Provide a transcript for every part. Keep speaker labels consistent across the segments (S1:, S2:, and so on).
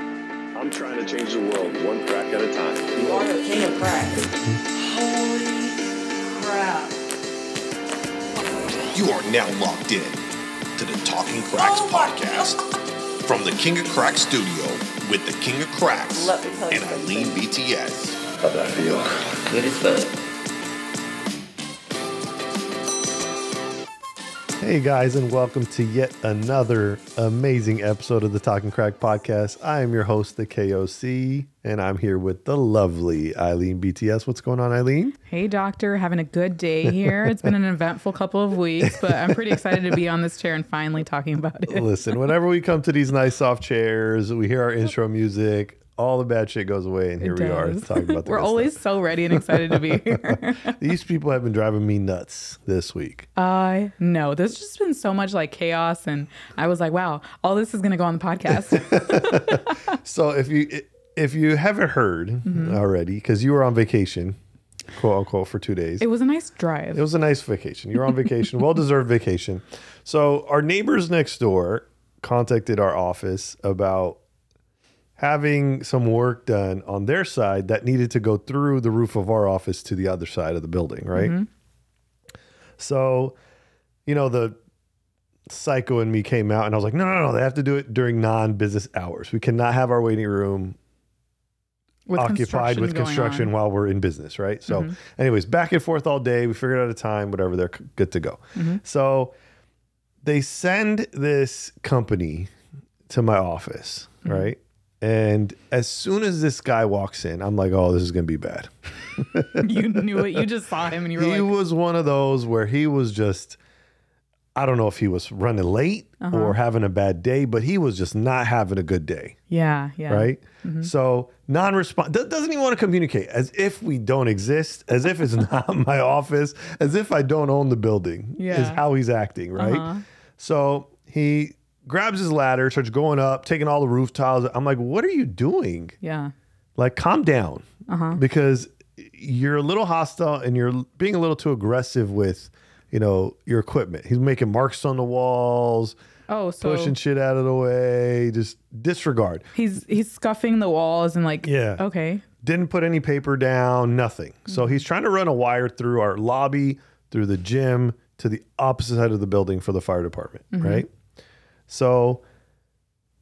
S1: I'm trying to change the world one crack at a time.
S2: You are the king of crack.
S3: Holy crap.
S4: You are now locked in to the Talking Cracks
S3: Oh my
S4: podcast from the King of Cracks studio with the King of Cracks
S2: Let me tell you
S4: and Eileen BTS.
S1: How'd that feel?
S2: Good as fuck.
S5: Hey guys, and welcome to yet another amazing episode of the Talking Crack podcast. I am your host, the KOC, and I'm here with the lovely Eileen BTS. What's going on, Eileen?
S6: Hey, doctor, having a good day here. It's been an eventful couple of weeks, but I'm pretty excited to be on this chair and finally talking about it.
S5: Listen, whenever we come to these nice soft chairs, we hear our intro music, all the bad shit goes away, and here
S6: It
S5: we are
S6: does.
S5: talking about the
S6: We're
S5: good
S6: always
S5: stuff.
S6: so ready and excited to be here.
S5: These people have been driving me nuts this week.
S6: Uh, I know. There's just been so much like chaos, and I was like, wow, all this is going to go on the podcast.
S5: So if you if you haven't heard
S6: Mm-hmm.
S5: already, because you were on vacation, quote unquote, for two days.
S6: It was a nice drive.
S5: It was a nice vacation. You were on vacation, well deserved vacation. So our neighbors next door contacted our office about having some work done on their side that needed to go through the roof of our office to the other side of the building, right? So, you know, the psycho in me came out and I was like, no, no, no, they have to do it during non business hours. We cannot have our waiting room
S6: with
S5: occupied with
S6: going
S5: construction
S6: on. Mm-hmm.
S5: while we're in business, right? So, anyways, back and forth all day. We figured out a time, whatever. They're c- good to go.
S6: Mm-hmm.
S5: So, they send this company to my office,
S6: Mm-hmm.
S5: right? And as soon as this guy walks in, I'm like, oh, this is gonna be bad.
S6: you knew it. You just saw him, and you were
S5: He
S6: like,
S5: was one of those where he was just. I don't know if he was running late
S6: Uh-huh.
S5: or having a bad day, but he was just not having a good day
S6: yeah, yeah. Mm-hmm.
S5: right? So non-response doesn't even want to communicate, as if we don't exist, as if it's not my office, as if I don't own the building. is
S6: Yeah. Uh-huh.
S5: how he's acting, right? So he grabs his ladder, starts going up, taking all the roof tiles. I'm like, what are you doing?
S6: Yeah.
S5: Like, calm down,
S6: Uh-huh.
S5: because you're a little hostile and you're being a little too aggressive with, you know, your equipment. He's making marks on the walls.
S6: Oh, so
S5: Pushing shit out of the way, just disregard.
S6: he's he's scuffing the walls and like,
S5: Yeah.
S6: okay,
S5: didn't put any paper down, nothing. So he's trying to run a wire through our lobby, through the gym, to the opposite side of the building for the fire department, right? So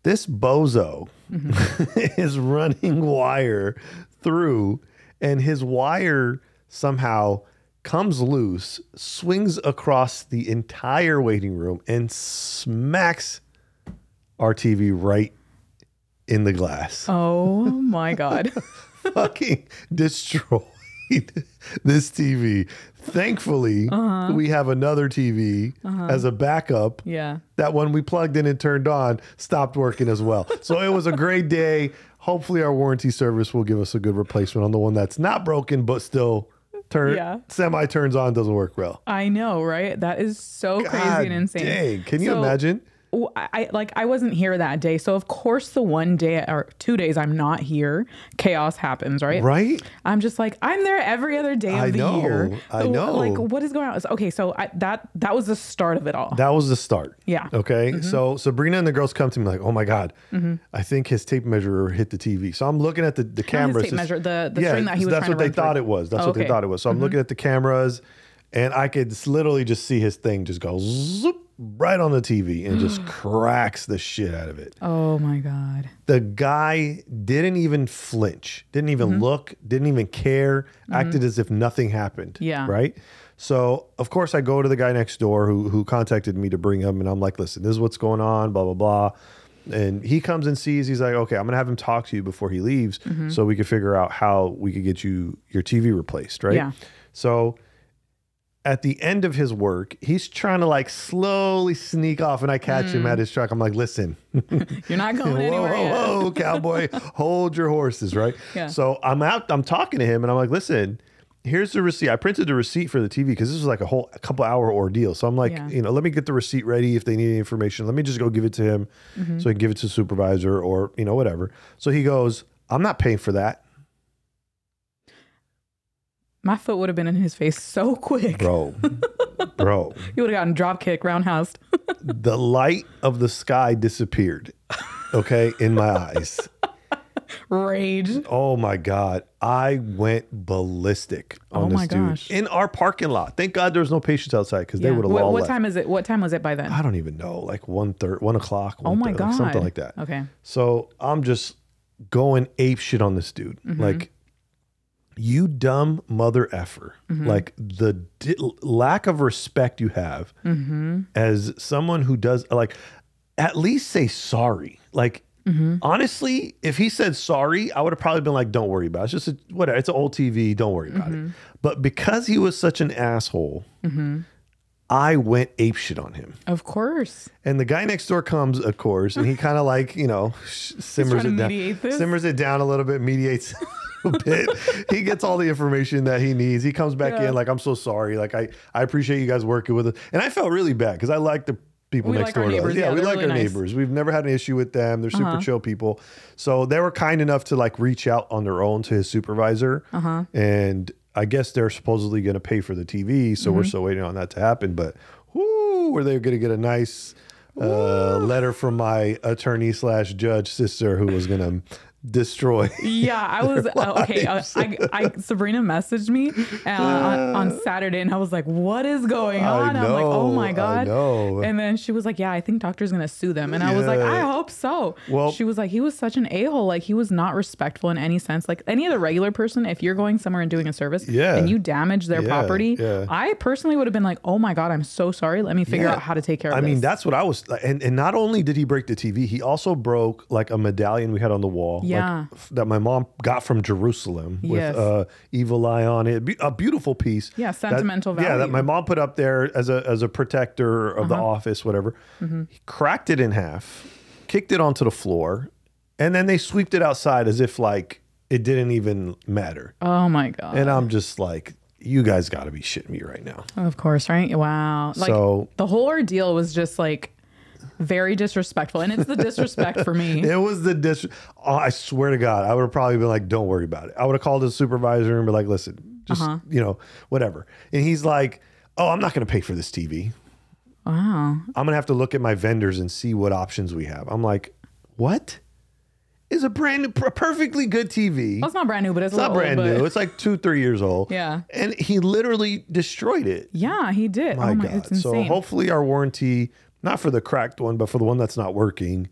S5: this bozo is running wire through, and his wire somehow comes loose, swings across the entire waiting room, and smacks our TV right in the glass
S6: oh my god,
S5: fucking destroyed this TV. Thankfully, we have another TV as a backup.
S6: Uh-huh. yeah.
S5: That one we plugged in and turned on stopped working as well. So it was a great day. Hopefully, our warranty service will give us a good replacement on the one that's not broken but still turn
S6: Yeah.
S5: semi turns on doesn't work well.
S6: I know, right? That is so
S5: God
S6: crazy and insane.
S5: Dang, can you
S6: So,
S5: imagine?
S6: w- I I- like I wasn't here that day, so of course the one day or two days I'm not here, chaos happens, right?
S5: Right?
S6: I'm just like I'm there every other day of
S5: I
S6: the
S5: know,
S6: year.
S5: I
S6: So,
S5: know.
S6: Like what is going on? So- Okay, so I, that that was the start of it all.
S5: That was the start.
S6: Yeah. Mm-hmm.
S5: Okay. So Sabrina and the girls come to me like, oh my God, I think his tape measure hit the TV. So I'm looking at the, the cameras.
S6: tape measure, the- the
S5: yeah,
S6: string that he was
S5: That's
S6: trying
S5: what
S6: to
S5: they
S6: run through.
S5: thought it was. That's
S6: Oh,
S5: what they
S6: okay.
S5: thought it was. So I'm looking at the cameras and I could s- literally just see his thing just go zoop right on the TV and just cracks the shit out of it.
S6: oh my god.
S5: The guy didn't even flinch, didn't even
S6: Mm-hmm.
S5: look, didn't even care, acted as if nothing happened.
S6: Yeah.
S5: Right. So of course I go to the guy next door who who contacted me to bring him, and I'm like, listen, this is what's going on, blah blah blah. And he comes and sees. He's like, okay, I'm gonna have him talk to you before he leaves,
S6: Mm-hmm.
S5: so we can figure out how we could get you your TV replaced, right?
S6: Yeah.
S5: So at the end of his work, he's trying to like slowly sneak off, and I catch
S6: Mm.
S5: him at his truck. I'm like, listen,
S6: You're not going
S5: whoa,
S6: anywhere. yet.
S5: whoa, whoa, cowboy, hold your horses, right?
S6: Yeah.
S5: So I'm out, I'm talking to him, and I'm like, listen, here's the receipt. I printed the receipt for the TV because this was like a whole a couple hour ordeal. So I'm like,
S6: Yeah.
S5: you know, let me get the receipt ready if they need any information. Let me just go give it to him
S6: Mm-hmm.
S5: so he can give it to the supervisor or, you know, whatever. So he goes, I'm not paying for that.
S6: My foot would have been in his face so quick.
S5: Bro, bro,
S6: You would have gotten drop kick, roundhoused.
S5: the light of the sky disappeared, okay, in my eyes.
S6: rage.
S5: Oh my God. I went ballistic on
S6: Oh
S5: this
S6: my
S5: dude
S6: gosh.
S5: in our parking lot. Thank God there was no patients outside because they
S6: Yeah.
S5: would have
S6: What,
S5: all
S6: what
S5: left.
S6: time is it? What time was it by then?
S5: I don't even know, like one third, one o'clock.
S6: oh
S5: one
S6: my
S5: thirty,
S6: god,
S5: like something like that.
S6: Okay.
S5: So I'm just going ape shit on this dude. Like, you dumb mother effer. Like the di- lack of respect you have as someone who does like, at least say sorry. Like, honestly, if he said sorry, I would have probably been like, "Don't worry about it. It's just a, whatever. It's an old TV. Don't worry about it." But because he was such an asshole, I went ape shit on him.
S6: Of course.
S5: And the guy next door comes, of course, and he kind of like, you know, sh- simmers
S6: trying
S5: it
S6: to
S5: down,
S6: mediate this?
S5: simmers it down a little bit, mediates a bit. he gets all the information that he needs. He comes back
S6: Yeah.
S5: in like, I'm so sorry. Like, I, I appreciate you guys working with us. And I felt really bad because I like the people
S6: We
S5: next
S6: like our
S5: door to us.
S6: neighbors.
S5: Yeah,
S6: Yeah,
S5: we
S6: they're
S5: like
S6: really
S5: our
S6: nice. Uh-huh.
S5: neighbors. We've never had an issue with them. They're super chill people. So they were kind enough to like reach out on their own to his supervisor. Uh-huh. And I guess they're supposedly going to pay for the TV. So
S6: Mm-hmm.
S5: we're still waiting on that to happen. But whoo, were they going to get a nice uh, letter from my attorney slash judge sister who was going to destroy.
S6: Yeah, I was uh, okay. Uh, I, I Sabrina messaged me uh, on, on Saturday, and I was like, "What is going
S5: I
S6: on?" I'm like, "Oh
S5: know, I
S6: my god!"
S5: know.
S6: And then she was like, "Yeah, I think doctor's gonna sue them," and I was like,
S5: Yeah.
S6: "I hope so."
S5: Well-
S6: she was like, "He was such an a hole. Like he was not respectful in any sense. Like any other regular person, if you're going somewhere and doing a service,
S5: Yeah.
S6: and you damage their
S5: Yeah,
S6: property,
S5: yeah.
S6: I personally would have been like, "Oh my god, I'm so sorry. Let me figure
S5: Yeah.
S6: out how to take care of
S5: I mean,
S6: this."
S5: that's what I was. And, and not only did he break the TV, he also broke like a medallion we had on the wall like,
S6: Yeah.
S5: f- that my mom got from Jerusalem with
S6: Yes.
S5: uh, Evil Eye on it. Be- a beautiful piece.
S6: Yeah,
S5: that-
S6: sentimental
S5: Yeah, that
S6: value. Uh-huh.
S5: my mom put up there as a, as a protector of the office, whatever.
S6: Mm-hmm.
S5: He cracked it in half, kicked it onto the floor, and then they sweeped it outside as if like it didn't even matter.
S6: oh my god.
S5: and I'm just like, you guys got to be shitting me right now.
S6: Of course, right? Wow. Like
S5: So-
S6: the whole ordeal was just like very disrespectful. And it's the disrespect for me.
S5: It was the dis. Oh, I swear to God, I would have probably been like, "Don't worry about it." I would have called his supervisor and be like, "Listen, just
S6: Uh-huh.
S5: you know, whatever." And he's like, "Oh, I'm not going to pay for this TV.
S6: Wow.
S5: I'm going to have to look at my vendors and see what options we have." I'm like, "What?" Is a brand new, per- perfectly good TV.
S6: Well, it's not brand new, but it's,
S5: It's
S6: a
S5: not
S6: little
S5: brand
S6: old, but-
S5: new. It's like two, three years old.
S6: Yeah.
S5: And he literally destroyed it.
S6: Yeah, he did.
S5: My
S6: oh my,
S5: God.
S6: it's insane.
S5: So hopefully our warranty, not for the cracked one, but for the one that's not working,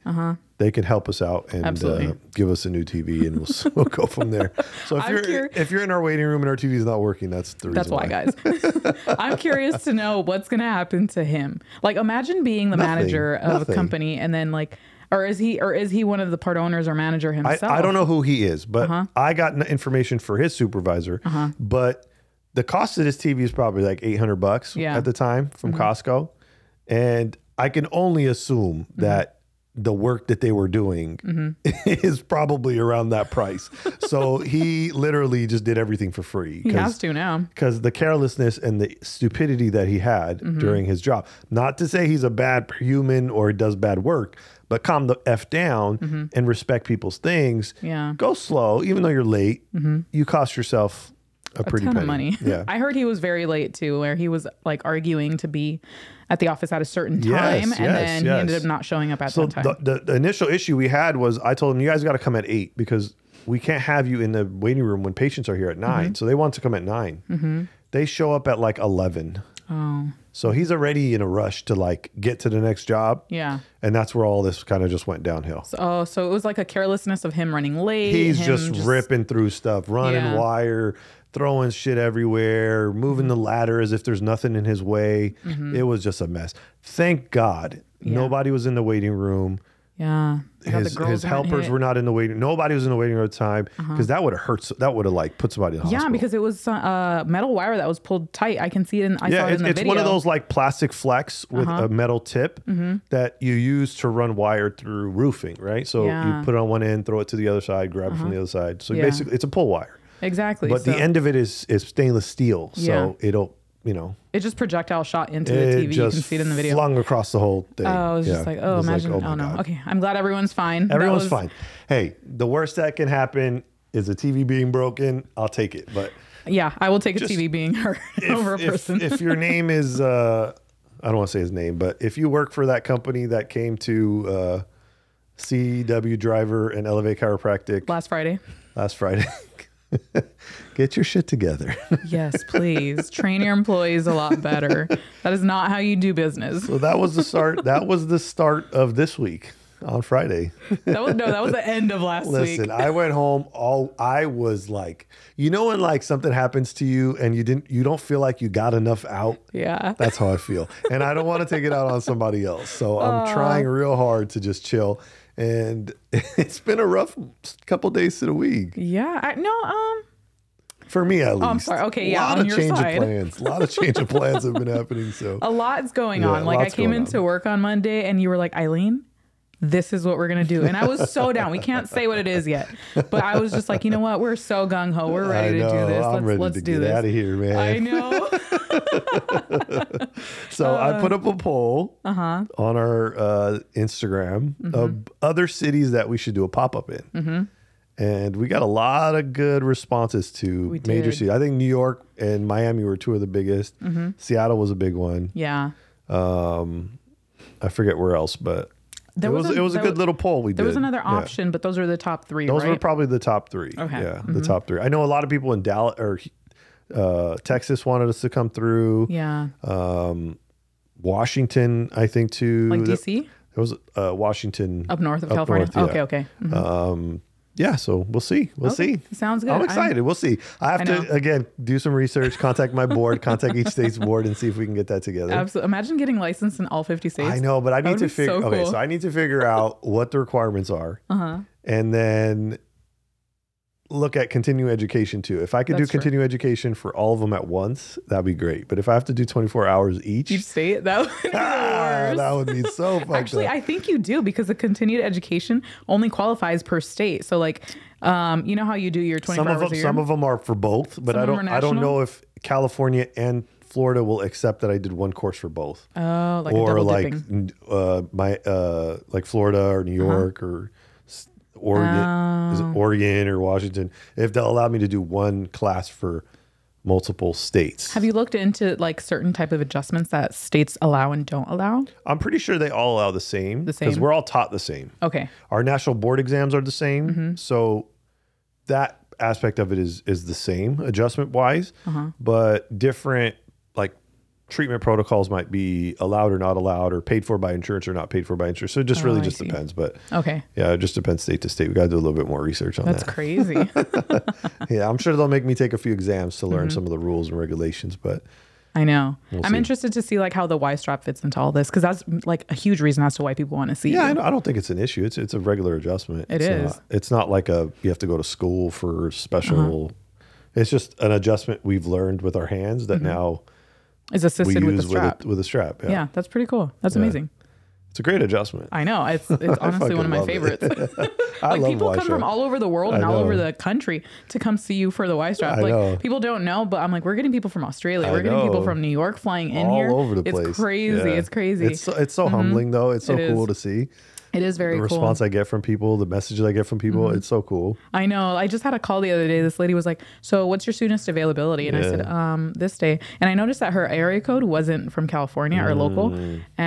S5: they could help us out and uh,
S6: Uh-huh. Absolutely.
S5: give us a new TV, and we'll, s- we'll go from there. So if
S6: I'm
S5: you're
S6: curi-
S5: if you're in our waiting room and our TV is not working, that's the reason.
S6: That's why, guys. I'm curious to know what's going to happen to him. Like, imagine being the
S5: Nothing.
S6: manager of
S5: Nothing.
S6: a company and then, like, or is he or is he one of the part owners or manager
S5: I,
S6: himself? Uh-huh.
S5: I don't know who he is, but I got n- information for his supervisor. But the cost of this TV is probably like 800 bucks
S6: Yeah. Mm-hmm.
S5: at the time from Costco. And I can only assume
S6: Mm-hmm.
S5: that the work that they were doing
S6: Mm-hmm.
S5: is probably around that price. so he literally just did everything for free.
S6: He has to now.
S5: Because the carelessness and the stupidity that he had
S6: Mm-hmm.
S5: during his job. Not to say he's a bad human or he does bad work, but calm the F down and respect people's things.
S6: Mm-hmm. Yeah. Mm-hmm.
S5: Go slow, even though you're late, you cost yourself a, pretty
S6: ton
S5: penny.
S6: of money.
S5: Yeah.
S6: I heard he was very late too, where he was like arguing to be at the office at a certain time,
S5: Yes,
S6: and
S5: yes, yes.
S6: then he ended up not showing up at
S5: so
S6: that time.
S5: the, the, the initial issue we had was I told him, you guys got to come at eight because we can't have you in the waiting room when patients are here at 9
S6: Mm-hmm.
S5: So they want to come at 9 They show up at like 11.
S6: oh,
S5: So he's already in a rush to like get to the next job.
S6: yeah.
S5: And that's where all this kind of just went downhill.
S6: So, oh, so it was like a carelessness of him running late.
S5: He's
S6: him
S5: just, ripping through stuff, running
S6: Yeah.
S5: wire, throwing shit everywhere, moving
S6: Mm-hmm.
S5: the ladder as if there's nothing in his way. It was just a mess. Thank God nobody was in the waiting room.
S6: Yeah. Thank God the
S5: His,
S6: girls
S5: his
S6: weren't
S5: helpers
S6: hit. Uh-huh.
S5: were not in the waiting. Nobody was in the waiting room at the time because that would have hurt. so- That would have like put somebody in the
S6: Yeah,
S5: hospital.
S6: because it was uh, metal wire that was pulled tight. I can see it. In, I saw
S5: yeah,
S6: it
S5: it's,
S6: in the
S5: it's
S6: video.
S5: one
S6: Uh-huh. Mm-hmm.
S5: of those like plastic flecks with a metal tip that you use to run wire through roofing, right? So
S6: Yeah. Uh-huh.
S5: you put it on one end, throw it to the other side, grab it from the other side. So
S6: Yeah.
S5: basically, it's a pull wire,
S6: exactly.
S5: but the
S6: so
S5: end of it is is stainless steel, so
S6: Yeah.
S5: it'll you know
S6: it just projectile shot into
S5: it
S6: the TV. You
S5: just
S6: can see it in the video.
S5: flung across the whole thing.
S6: oh, I was
S5: Yeah.
S6: just like,
S5: It
S6: oh,
S5: was
S6: imagine.
S5: my
S6: oh no.
S5: God.
S6: Okay, I'm glad everyone's fine. That
S5: everyone's
S6: was-
S5: fine. Hey, the worst that can happen is a TV being broken. I'll take it, but
S6: Yeah, I will take a TV being hurt
S5: if-
S6: over a
S5: if-
S6: person.
S5: If, your name is, uh, I don't want to say his name, but if you work for that company that came to uh, CW driver and Elevate Chiropractic
S6: Last Friday.
S5: last Friday. Get your shit together.
S6: Yes, please. Train your employees a lot better. That is not how you do business.
S5: so that was the start. That was the start of this week on Friday.
S6: That was no, that was the end of last
S5: Listen,
S6: week.
S5: I went home all I was like, you know when like something happens to you and you didn't you don't feel like you got enough out?
S6: Yeah.
S5: That's how I feel. and I don't want to take it out on somebody else. So I'm trying real hard to just chill. And it's been a rough couple days to the week.
S6: Yeah. I, no, um,
S5: For me at least.
S6: Oh, I'm sorry. Okay, yeah,
S5: A lot
S6: on
S5: of
S6: your
S5: change
S6: side.
S5: of plans. A lot of change of plans have been happening. So
S6: a lot's going
S5: Yeah,
S6: on. Like I
S5: lots
S6: came
S5: going
S6: into
S5: on.
S6: work on Monday and you were like, Eileen, this is what we're gonna do. And I was so down. We can't say what it is yet. But I was just like, you know what? We're so gung ho. We're ready
S5: I know,
S6: to do this.
S5: I'm
S6: let's
S5: ready
S6: let's
S5: to
S6: do
S5: get
S6: this.
S5: out of here, man.
S6: I know.
S5: So
S6: Uh,
S5: I put up a poll
S6: uh-huh.
S5: on our uh, Instagram
S6: Mm-hmm.
S5: of other cities that we should do a pop up in. And we got a lot of good responses to
S6: We
S5: major
S6: did. Mm-hmm.
S5: cities. I think New York and Miami were two of the biggest. Seattle was a big one.
S6: yeah.
S5: I forget where else, but
S6: There
S5: it
S6: was
S5: was,
S6: a-
S5: it was a
S6: there
S5: good
S6: was-
S5: little poll we did.
S6: There was another
S5: Yeah.
S6: option, but those are the top three,
S5: Those
S6: right?
S5: were probably the top three.
S6: Okay. Mm-hmm.
S5: Yeah, the top three. I know a lot of people in Dallas or uh, Texas wanted us to come through.
S6: yeah.
S5: Washington, I think, too.
S6: like
S5: That-
S6: DC?
S5: There was uh, Washington
S6: Up north of California.
S5: north, yeah.
S6: Okay, okay. Mhm.
S5: Yeah, so we'll see. We'll
S6: Okay,
S5: see.
S6: sounds good.
S5: I'm
S6: I'm-
S5: excited. we'll see. I have
S6: I know.
S5: to again do some research, contact my board, contact each state's board, and see if we can get that together.
S6: Absolutely. Imagine getting licensed in all 50 states.
S5: I know, but I
S6: That
S5: need
S6: would
S5: to
S6: be
S5: figure.
S6: so
S5: Okay,
S6: cool.
S5: so I need to figure out what the requirements are,
S6: Uh-huh.
S5: and then look at continuing education too. If I could
S6: That's
S5: do
S6: true.
S5: continuing education for all of them at once, that'd be great. But if I have to do 24 hours each,
S6: Each state? That would be the
S5: ah,
S6: worst.
S5: that would be so fucked
S6: Actually,
S5: up.
S6: I think you do because the continued education only qualifies per state. So, like, um, you know how you do your 24
S5: some of
S6: hours
S5: them,
S6: a year?
S5: some of them are for both, but
S6: Some
S5: I
S6: of them
S5: don't.
S6: are
S5: I don't
S6: national?
S5: know if California and Florida will accept that I did one course for both.
S6: oh, like a
S5: or
S6: double
S5: like
S6: dipping. Uh-huh.
S5: n- uh, my uh, like Florida or New York or s- Oregon, is
S6: Oh.
S5: it Oregon or Washington. If they'll allow me to do one class for multiple states,
S6: Have you looked into like certain type of adjustments that states allow and don't allow?
S5: I'm pretty sure they all allow the same
S6: The
S5: because
S6: same.
S5: we're all taught the same.
S6: Okay.
S5: Our national board exams are the same,
S6: Mm-hmm.
S5: so that aspect of it is is the same adjustment wise,
S6: Uh-huh.
S5: but different like treatment protocols might be allowed or not allowed or paid for by insurance or not paid for by insurance. So it just really
S6: Oh, I
S5: just
S6: see.
S5: depends, but.
S6: Okay.
S5: Yeah, it just depends state to state. We got to do a little bit more research on
S6: That's
S5: that.
S6: crazy.
S5: Yeah, I'm sure they'll make me take a few exams to
S6: Mm-hmm.
S5: learn some of the rules and regulations, but
S6: I know. I'm interested to see like how the Y strap fits into all this because that's like a huge reason as to why people want to see.
S5: yeah, I
S6: you.
S5: don't, I don't think it's an issue. It's it's a regular adjustment.
S6: It
S5: it's
S6: is.
S5: Not, it's not like a you have to go to school for special.
S6: Uh-huh.
S5: It's just an adjustment we've learned with our hands that now
S6: It's
S5: we
S6: assisted Mm-hmm. with the
S5: use with a,
S6: strap.
S5: with a strap. Yeah.
S6: yeah. that's pretty cool. That's amazing.
S5: it's a great adjustment.
S6: I know. It's it's honestly
S5: fucking
S6: one of my
S5: love it.
S6: favorites. like
S5: I love
S6: people
S5: Y
S6: come from
S5: strap.
S6: all over the world and
S5: I
S6: all over
S5: know.
S6: the country to come see you for the Y strap.
S5: I
S6: Like
S5: know.
S6: people don't know, but I'm like, we're getting people from Australia.
S5: I
S6: we're getting
S5: know.
S6: people from New York flying in
S5: all
S6: here.
S5: over the
S6: it's
S5: place.
S6: Crazy.
S5: Yeah.
S6: It's crazy.
S5: It's
S6: It's,
S5: so, it's so humbling though. It's so
S6: It
S5: cool
S6: is.
S5: to see
S6: very
S5: the
S6: cool. Mm-hmm.
S5: response I get from people, the messages I get from people. It's so cool.
S6: I know. I just had a call the other day. This lady was like, "So, what's your soonest availability?" And I said, "Um, this day." And I noticed that her area code wasn't from California or local. And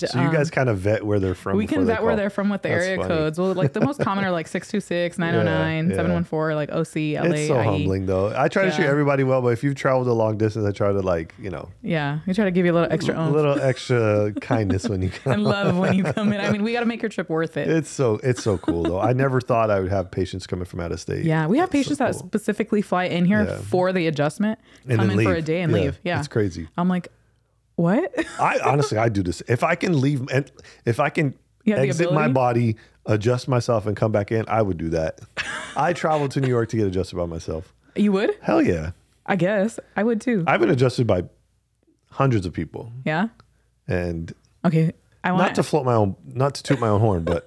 S5: Mm. So you
S6: um,
S5: guys kind of vet where they're from.
S6: we
S5: before
S6: can
S5: they
S6: vet where
S5: call.
S6: they're from with the
S5: That's
S6: area
S5: funny.
S6: codes. Well, like the most common are like 626, 909,
S5: yeah.
S6: 714, like OC, LA.
S5: It's so
S6: IE.
S5: humbling though. I try to treat
S6: E. Yeah.
S5: everybody well, but if you've traveled a long distance, I try to like you know
S6: Yeah, we try to give you a little extra
S5: a
S6: oomph
S5: little extra kindness when you come.
S6: and love when you come in. I mean, we got to make your trip worth it.
S5: It's so it's so cool though. I never thought I would have patients coming from out of state.
S6: yeah, we have
S5: That's so
S6: patients that
S5: cool.
S6: specifically fly in here
S5: Yeah.
S6: for the adjustment,
S5: And
S6: come
S5: then
S6: in for
S5: leave.
S6: a day and
S5: Yeah,
S6: leave. Yeah,
S5: it's crazy.
S6: I'm like, what?
S5: I honestly I do this. If I can leave and if I can
S6: You have the
S5: exit my
S6: ability?
S5: body, adjust myself, and come back in, I would do that. I traveled to New York to get adjusted by myself.
S6: you would?
S5: Hell yeah,
S6: I guess I would too.
S5: I've been adjusted by hundreds of people,
S6: yeah.
S5: and
S6: Okay. I want
S5: not to float my own, not to toot my own horn, but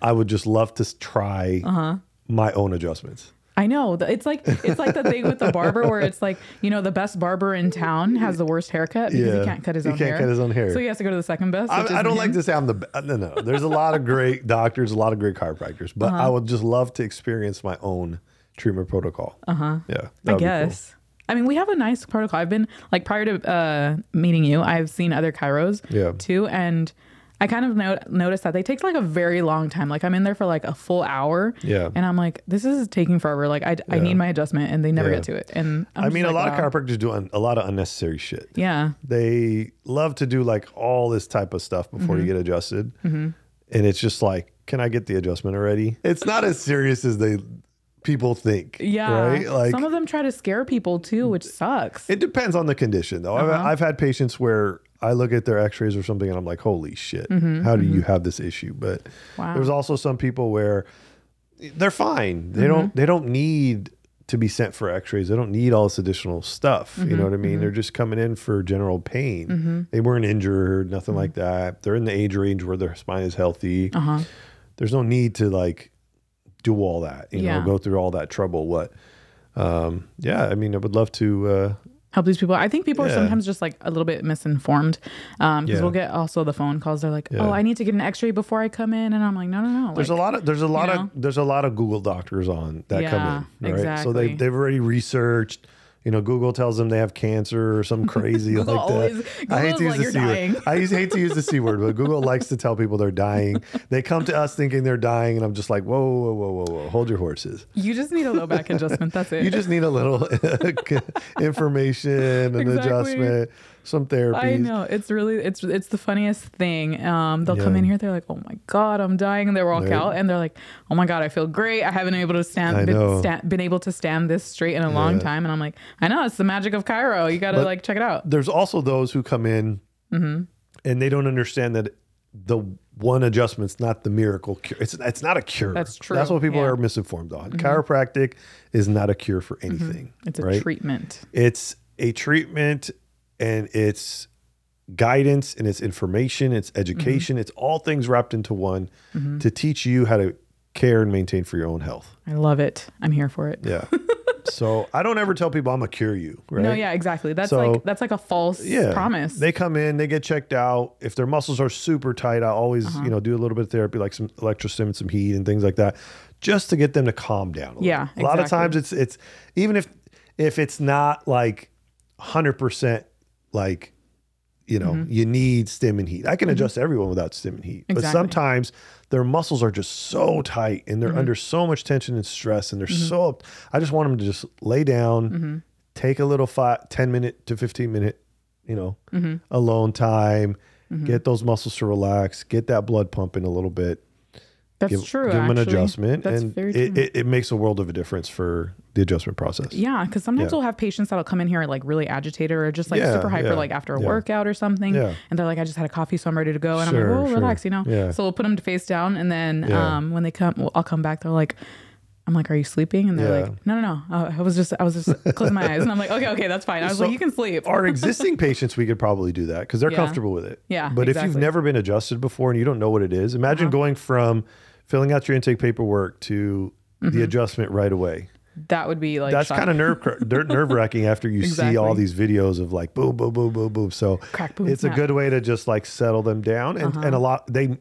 S5: I would just love to s- try
S6: Uh-huh.
S5: my own adjustments.
S6: I know. The- It's like it's like the thing with the barber where it's like, you know, the best barber in town has the worst haircut because
S5: Yeah.
S6: he can't cut his
S5: He
S6: own
S5: can't
S6: hair.
S5: cut his own hair.
S6: So he has to go to the second best. which
S5: I, I
S6: isn't
S5: don't like
S6: him.
S5: to say I'm the be- no no. There's a lot of great doctors, a lot of great chiropractors, but
S6: Uh-huh.
S5: I would just love to experience my own treatment protocol. Uh huh. Yeah, that would
S6: Uh-huh. I
S5: be cool.
S6: guess. I mean, we have a nice protocol. I've been like prior to uh meeting you, I've seen other chiros
S5: Yeah.
S6: too and I kind of no- noticed that they take like a very long time. Like I'm in there for like a full hour.
S5: Yeah.
S6: And I'm like, this is taking forever. Like I, I need my adjustment, and they never
S5: Yeah.
S6: get to it. And I'm
S5: I
S6: just
S5: mean, a
S6: like, uh,
S5: lot
S6: wow.
S5: of chiropractors do un- a lot of unnecessary shit.
S6: Yeah.
S5: They love to do like all this type of stuff before
S6: Mm-hmm.
S5: you get adjusted. And it's just like, can I get the adjustment already? It's not as serious as they people think.
S6: Yeah.
S5: Right? Like
S6: some of them try to scare people too, which sucks.
S5: It depends on the condition, though. I've,
S6: Uh-huh.
S5: I've had patients where I look at their x rays or something and I'm like, holy shit, how do you have this issue? But
S6: Mm-hmm, Wow.
S5: there's also some people where they're fine.
S6: Mm-hmm.
S5: They don't they don't need to be sent for x-rays. They don't need all this additional stuff. You
S6: Mm-hmm,
S5: know what I mean? They're just coming in for general pain. They weren't injured, nothing like that. They're in the age range where their spine is healthy.
S6: Mm-hmm. Uh-huh.
S5: There's no need to like do all that, you
S6: Yeah.
S5: know, go through all that trouble. What um yeah, I mean I would love to uh
S6: help these people. I think people are
S5: Yeah.
S6: sometimes just like a little bit misinformed because
S5: Yeah.
S6: we'll get also the phone calls. They're like,
S5: Yeah.
S6: "Oh, I need to get an X-ray before I come in," and I'm like, "No, no, no."
S5: There's
S6: like,
S5: a lot of there's a lot
S6: know?
S5: of there's a lot of Google doctors on that come
S6: Yeah,
S5: in, right? So
S6: exactly.
S5: they they've already researched. You know, Google tells them they have cancer or some crazy
S6: Google
S5: like that.
S6: always-
S5: I hate
S6: Google's
S5: to use
S6: like,
S5: the
S6: "You're
S5: c
S6: dying."
S5: word. I use, hate to use the c word, but Google likes to tell people they're dying. They come to us thinking they're dying, and I'm just like, whoa, whoa, whoa, whoa, whoa, hold your horses.
S6: You just need a low back adjustment. That's it.
S5: You just need a little information, an
S6: Exactly.
S5: adjustment, some therapy.
S6: I know it's really it's it's the funniest thing. Um, they'll come
S5: Yeah.
S6: in here, they're like, "Oh my god, I'm dying," and they walk
S5: Right.
S6: out, and they're like, "Oh my god, I feel great. I haven't been able to
S5: I
S6: stand been,
S5: know.
S6: sta- been able to stand this straight in a long
S5: Yeah.
S6: time," and I'm like, "I know it's the magic of Cairo. You gotta
S5: But-
S6: like check it out."
S5: there's also those who come in
S6: Mm-hmm.
S5: and they don't understand that the one adjustment's not the miracle cure. It's it's not a cure.
S6: That's true,
S5: That's what people
S6: yeah. Mm-hmm.
S5: are misinformed on. Chiropractic is not a cure for anything.
S6: It's a
S5: right?
S6: treatment.
S5: It's a treatment and it's guidance and it's information, it's
S6: Mm-hmm.
S5: education, it's all things wrapped into one to teach you how to care and maintain for your own health.
S6: I love it. I'm here for it.
S5: Yeah. so I don't ever tell people I'm gonna cure you, right?
S6: No, yeah, exactly. That's
S5: So-
S6: like that's like a false
S5: yeah.
S6: promise.
S5: They come in, they get checked out. If their muscles are super tight, I always,
S6: Uh-huh.
S5: you know, do a little bit of therapy, like some electrostim and some heat and things like that, just to get them to calm down. A
S6: Yeah,
S5: little. a lot of
S6: exactly.
S5: times it's it's even if if it's not like hundred percent like you know
S6: Mm-hmm.
S5: you need stim and heat. I can adjust everyone without stim and heat, but
S6: Exactly. Mm-hmm.
S5: sometimes their muscles are just so tight and they're under so much tension and stress and they're so. I just want them to just lay down,
S6: Mm-hmm.
S5: take a little five, 10 minute to fifteen minute you know,
S6: Mm-hmm.
S5: alone time, get those muscles to relax, get that blood pumping a little bit,
S6: that's
S5: give,
S6: true.
S5: give them an
S6: actually.
S5: adjustment,
S6: That's
S5: and
S6: very
S5: it,
S6: true.
S5: it, it makes a world of a difference for the adjustment process.
S6: yeah, because sometimes
S5: Yeah.
S6: we'll have patients that'll come in here like really agitated or just like
S5: Yeah,
S6: super hyper,
S5: yeah,
S6: like after a
S5: yeah.
S6: workout or something,
S5: Yeah.
S6: and they're like, "I just had a coffee, so I'm ready to go," and I'm
S5: Sure,
S6: like, "Oh,
S5: sure.
S6: relax," you know.
S5: Yeah.
S6: So we'll put them to face down, and then
S5: Yeah.
S6: um, when they come, well, I'll come back. They're like. I'm like, are you sleeping? And they're
S5: Yeah.
S6: like, no, no, no. Uh, I was just, I was just closing my eyes, and I'm like, okay, okay, that's fine. I was
S5: So
S6: like, you can sleep.
S5: Our existing patients, we could probably do that because they're
S6: Yeah.
S5: comfortable with it.
S6: Yeah,
S5: But if
S6: exactly. Uh-huh.
S5: you've never been adjusted before and you don't know what it is, imagine going from filling out your intake paperwork to the adjustment right away.
S6: that would be Mm-hmm. like,
S5: That's kind of nerve nerve wracking after you see all
S6: Exactly.
S5: these videos of like boom, boom, boom, boom, boom. So
S6: Crack, boom, Uh-huh.
S5: it's
S6: snap.
S5: a good way to just like settle them down, and and a lot they.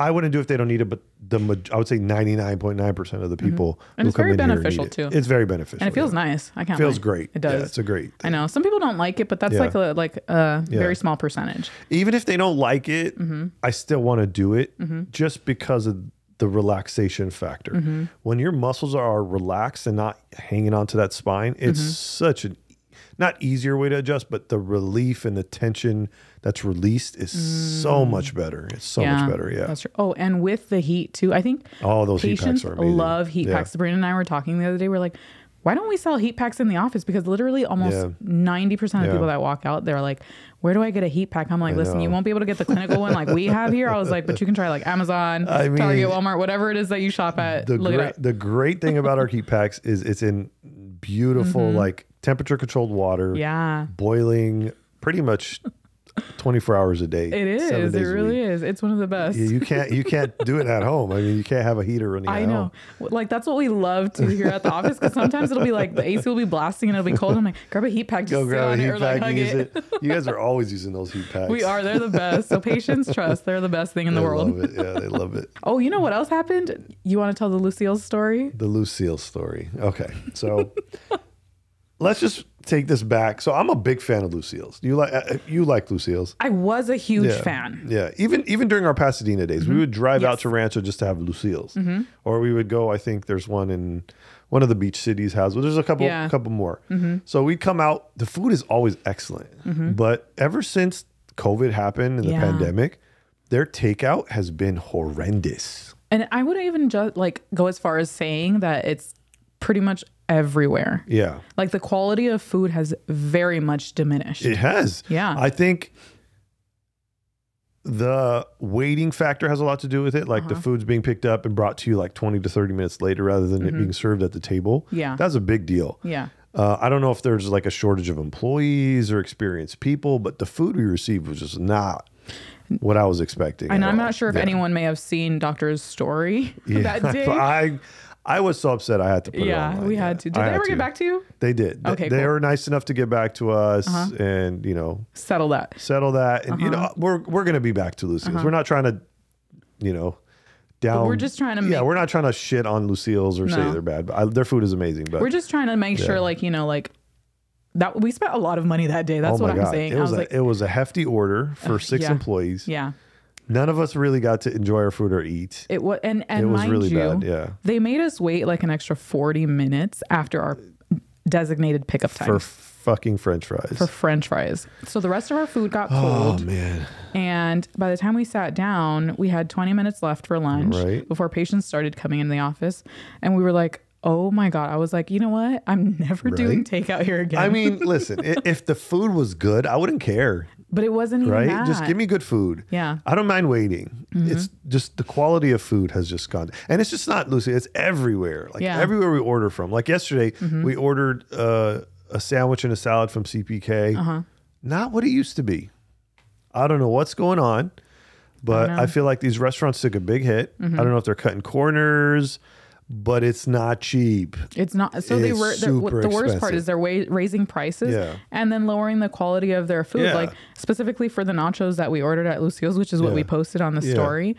S5: I wouldn't do it if they don't need it, but the ma- I would say ninety nine point nine percent of the people
S6: Mm-hmm. And
S5: who
S6: it's
S5: come
S6: very
S5: in here need
S6: beneficial,
S5: it.
S6: too.
S5: It's very beneficial,
S6: and it feels
S5: yeah.
S6: nice. I can't.
S5: Feels
S6: lie.
S5: great.
S6: It
S5: Yeah,
S6: does.
S5: it's a great
S6: I know some people don't like it, but that's
S5: Yeah.
S6: like a like a
S5: Yeah.
S6: very small percentage.
S5: Even if they don't like it,
S6: Mm-hmm.
S5: I still want to do it just because of the relaxation factor.
S6: Mm-hmm.
S5: When your muscles are relaxed and not hanging onto that spine, it's
S6: Mm-hmm.
S5: such an e, not easier way to adjust, but the relief and the tension that's released is so much better. It's so much better. Yeah.
S6: Mm. That's true. Oh, and with the heat too. I think
S5: Oh, those heat packs
S6: patients
S5: are amazing.
S6: love heat
S5: Yeah.
S6: packs. Sabrina and I were talking the other day. We're like, why don't we sell heat packs in the office? Because literally almost
S5: Yeah.
S6: ninety percent of
S5: Yeah.
S6: people that walk out, they're like, where do I get a heat pack? I'm like, listen, you
S5: know.
S6: won't be able to get the clinical one like we have here. I was like, but you can try like Amazon,
S5: I mean,
S6: Target, Walmart, whatever it is that you shop at.
S5: the
S6: Look it up.
S5: great the great thing about our heat packs is it's in beautiful like temperature controlled water.
S6: Mm-hmm. Yeah.
S5: Boiling pretty much 24 hours a day.
S6: It
S5: seven
S6: is. It
S5: days a week.
S6: really is. It's one of the best.
S5: Yeah, you can't you can't do it at home. I mean, you can't have a heater running.
S6: I
S5: at
S6: know.
S5: Home.
S6: W- Like that's what we love to hear at the office because sometimes it'll be like the AC will be blasting and it'll be cold. I'm like, grab a heat pack, just
S5: Go
S6: sit
S5: grab
S6: on
S5: a
S6: it
S5: heat
S6: or like
S5: pack
S6: hug
S5: and use
S6: it.
S5: it. You guys are always using those heat packs.
S6: We are. They're the best. So patients trust. They're the best thing in the
S5: They
S6: world.
S5: love it. Yeah, they love it.
S6: Oh, you know what else happened? You want to tell the Lucille story?
S5: The Lucille story. Okay, so let's just take this back. So I'm a big fan of Lucille's. You like uh, you like Lucille's?
S6: I was a huge
S5: yeah.
S6: fan. Mm-hmm.
S5: Yeah, even even during our Pasadena days, we would drive out to Rancho just to have Lucille's, or we would go. I think there's one in one of the beach cities has. Well, there's a couple
S6: Yeah. Mm-hmm.
S5: couple more. So we come out. The food is always excellent, but ever since COVID happened and the
S6: Yeah.
S5: pandemic, their takeout has been horrendous.
S6: And I would even just like go as far as saying that it's pretty much everywhere.
S5: Yeah,
S6: Like the quality of food has very much diminished.
S5: it has.
S6: Yeah.
S5: I think the waiting factor has a lot to do with it. Like
S6: Uh-huh.
S5: the food's being picked up and brought to you like 20 to 30 minutes later rather than it being served at the table.
S6: Mm-hmm. Yeah.
S5: That's a big deal.
S6: yeah.
S5: Uh, I don't know if there's like a shortage of employees or experienced people, but the food we received was just not what I was expecting.
S6: And
S5: at
S6: I'm
S5: all.
S6: not sure if
S5: Yeah.
S6: anyone may have seen Doctor's story
S5: Yeah.
S6: that day.
S5: I, I was so upset I had to put it
S6: yeah,
S5: online.
S6: we had to. Did
S5: I
S6: they
S5: had
S6: ever get back to you?
S5: They did. They,
S6: Okay,
S5: they
S6: cool. Uh-huh.
S5: were nice enough to get back to us and, you know,
S6: Settle that.
S5: settle that. And you
S6: Uh-huh.
S5: know, we're we're gonna be back to Lucille's. We're not trying to, you know, down.
S6: we're just trying to
S5: Yeah,
S6: make-
S5: we're not trying to shit on Lucille's or say
S6: No.
S5: they're bad. But I, their food is amazing. But
S6: We're just trying to make sure, like you know, like that we spent a lot of money that day. That's
S5: oh my
S6: what I'm
S5: god,
S6: saying.
S5: it
S6: I
S5: was,
S6: was
S5: a,
S6: like, uh,
S5: it was a hefty order for six
S6: yeah.
S5: employees.
S6: yeah,
S5: None of us really got to enjoy our food or eat.
S6: it was, and and
S5: It was
S6: mind
S5: really
S6: you,
S5: bad, yeah.
S6: they made us wait like an extra 40 minutes after our designated pickup time
S5: for
S6: for,
S5: fucking French fries.
S6: French fries. So the rest of our food got
S5: oh
S6: cold,
S5: man,
S6: and by the time we sat down, we had 20 minutes left for lunch
S5: Right.
S6: before patients started coming into the office, and we were like. Oh my God. I was like, you know what? I'm never doing takeout here again.
S5: I mean, listen, i- if the food was good, I wouldn't care.
S6: but it wasn't even
S5: right?
S6: that.
S5: Just give me good food.
S6: Yeah. Mm-hmm.
S5: I don't mind waiting. It's just the quality of food has just gone. And it's just not Lucy, it's everywhere. Like
S6: Yeah. Mm-hmm.
S5: everywhere we order from. Like yesterday, we ordered uh, a sandwich and a salad from CPK.
S6: Uh-huh.
S5: Not what it used to be. I don't know what's going on, but I, feel like these restaurants took a big hit.
S6: Mm-hmm.
S5: I don't know if they're cutting corners, but it's not cheap.
S6: It's not. So they
S5: It's
S6: were the,
S5: super
S6: the worst part
S5: expensive.
S6: is they're wa- raising prices
S5: Yeah.
S6: and then lowering the quality of their food.
S5: Yeah.
S6: Like specifically for the nachos that we ordered at Lucio's, which is what
S5: Yeah.
S6: we posted on the
S5: Yeah.
S6: story.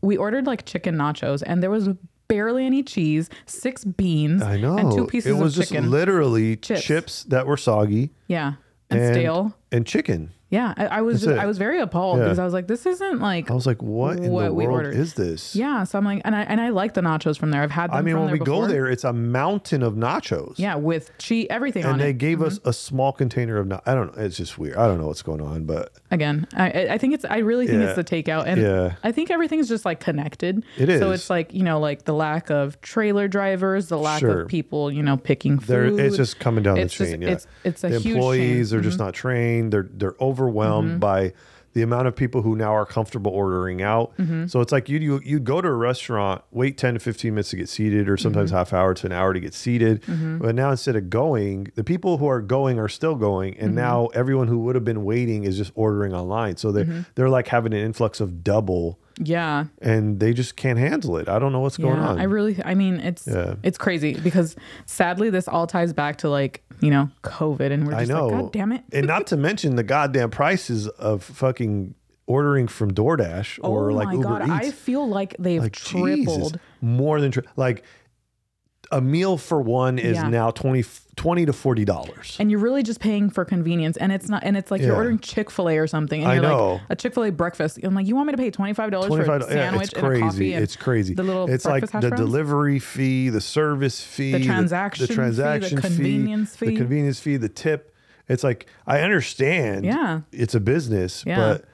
S6: We ordered like chicken nachos and there was barely any cheese, six beans,
S5: I know.
S6: and two pieces
S5: it was
S6: of
S5: just
S6: chicken.
S5: literally
S6: Chips.
S5: chips. that were soggy
S6: yeah, and, stale.
S5: and chicken.
S6: Yeah, I, I was
S5: That's
S6: just, I
S5: it.
S6: was very appalled
S5: Yeah.
S6: because I was like, this isn't like.
S5: I was like, what in the
S6: What we
S5: world
S6: ordered.
S5: is this?
S6: yeah, so I'm like, and I and I like the nachos from there. I've had them.
S5: I mean,
S6: from
S5: when
S6: there
S5: we go
S6: before.
S5: there, it's a mountain of nachos.
S6: yeah, with cheese, everything on
S5: And they
S6: it. Mm-hmm.
S5: gave us a small container of nachos. I don't know. It's just weird. I don't know what's going on, but
S6: again i I- i think it's i really think it's
S5: Yeah.
S6: the takeout and
S5: Yeah.
S6: i think everything's just like connected
S5: It
S6: so
S5: is.
S6: it's like you know like the lack of trailer drivers the lack
S5: Sure.
S6: of people you know picking
S5: they're,
S6: food
S5: it's just coming down
S6: It's
S5: the
S6: just-
S5: chain. yeah.
S6: it's- it's a
S5: the
S6: huge chain. Mm-hmm.
S5: employees are just not trained. They're they're overwhelmed by the amount of people who now are comfortable ordering out.
S6: Mm-hmm.
S5: So it's like you you you go to a restaurant, wait 10 to 15 minutes to get seated or
S6: Mm-hmm.
S5: sometimes half hour to an hour to get seated. But now instead of going, the people who are going are still going
S6: Mm-hmm.
S5: and now everyone who would have been waiting is just ordering online. So they are
S6: Mm-hmm.
S5: they're like having an influx of double
S6: yeah
S5: and they just can't handle it. I don't know what's going
S6: yeah
S5: on.
S6: i really i mean it's
S5: Yeah.
S6: it's crazy because sadly this all ties back to like you know covid and we're
S5: I
S6: just
S5: know.
S6: like god damn it
S5: and not to mention the goddamn prices of fucking ordering from DoorDash or
S6: oh
S5: like
S6: my
S5: Uber
S6: god i
S5: Eats.
S6: feel like they've
S5: like
S6: tripled
S5: Jesus, more than tri- like a meal for one is
S6: Yeah.
S5: now 20, 20 to forty dollars.
S6: and you're really just paying for convenience and it's not and it's like you're
S5: Yeah.
S6: ordering chick-fil-a or something and
S5: I
S6: you're
S5: know.
S6: like a chick-fil-a breakfast i'm like you want me to pay $25
S5: Twenty
S6: for a
S5: five.
S6: sandwich
S5: Yeah, it's
S6: and a coffee
S5: crazy.
S6: and
S5: It's crazy.
S6: the little
S5: it's like
S6: breakfast hash
S5: the
S6: browns?
S5: delivery fee, the service fee,
S6: transaction fee, the convenience
S5: the
S6: fee.
S5: convenience fee, the tip. It's like I understand.
S6: Yeah.
S5: it's a business,
S6: Yeah.
S5: but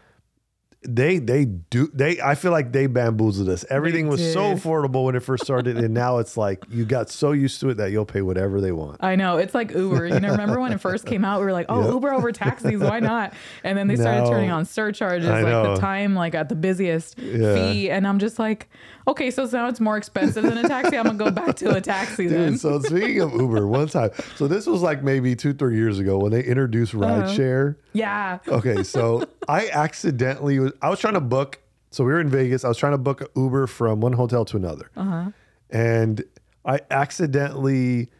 S5: they they do they. I feel like they bamboozled us. Everything was so
S6: did.
S5: affordable when it first started, and now it's like you got so used to it that you'll pay whatever they want.
S6: I know it's like Uber. You know, remember when it first came out? We were like, "Oh, Uber over taxis, why not?" And then they started
S5: No.
S6: turning on surcharges,
S5: I
S6: like
S5: know.
S6: the time, like at the busiest fee. And I'm just like, "Okay, so now it's more expensive than a taxi. I'm gonna go back to a taxi then."
S5: Dude, so speaking of Uber, one time, so this was like maybe two, three years ago when they introduced
S6: Uh-huh.
S5: rideshare.
S6: yeah,
S5: Okay, so I accidentally was I was trying to book. So we were in Vegas. I was trying to book an Uber from one hotel to another, and I accidentally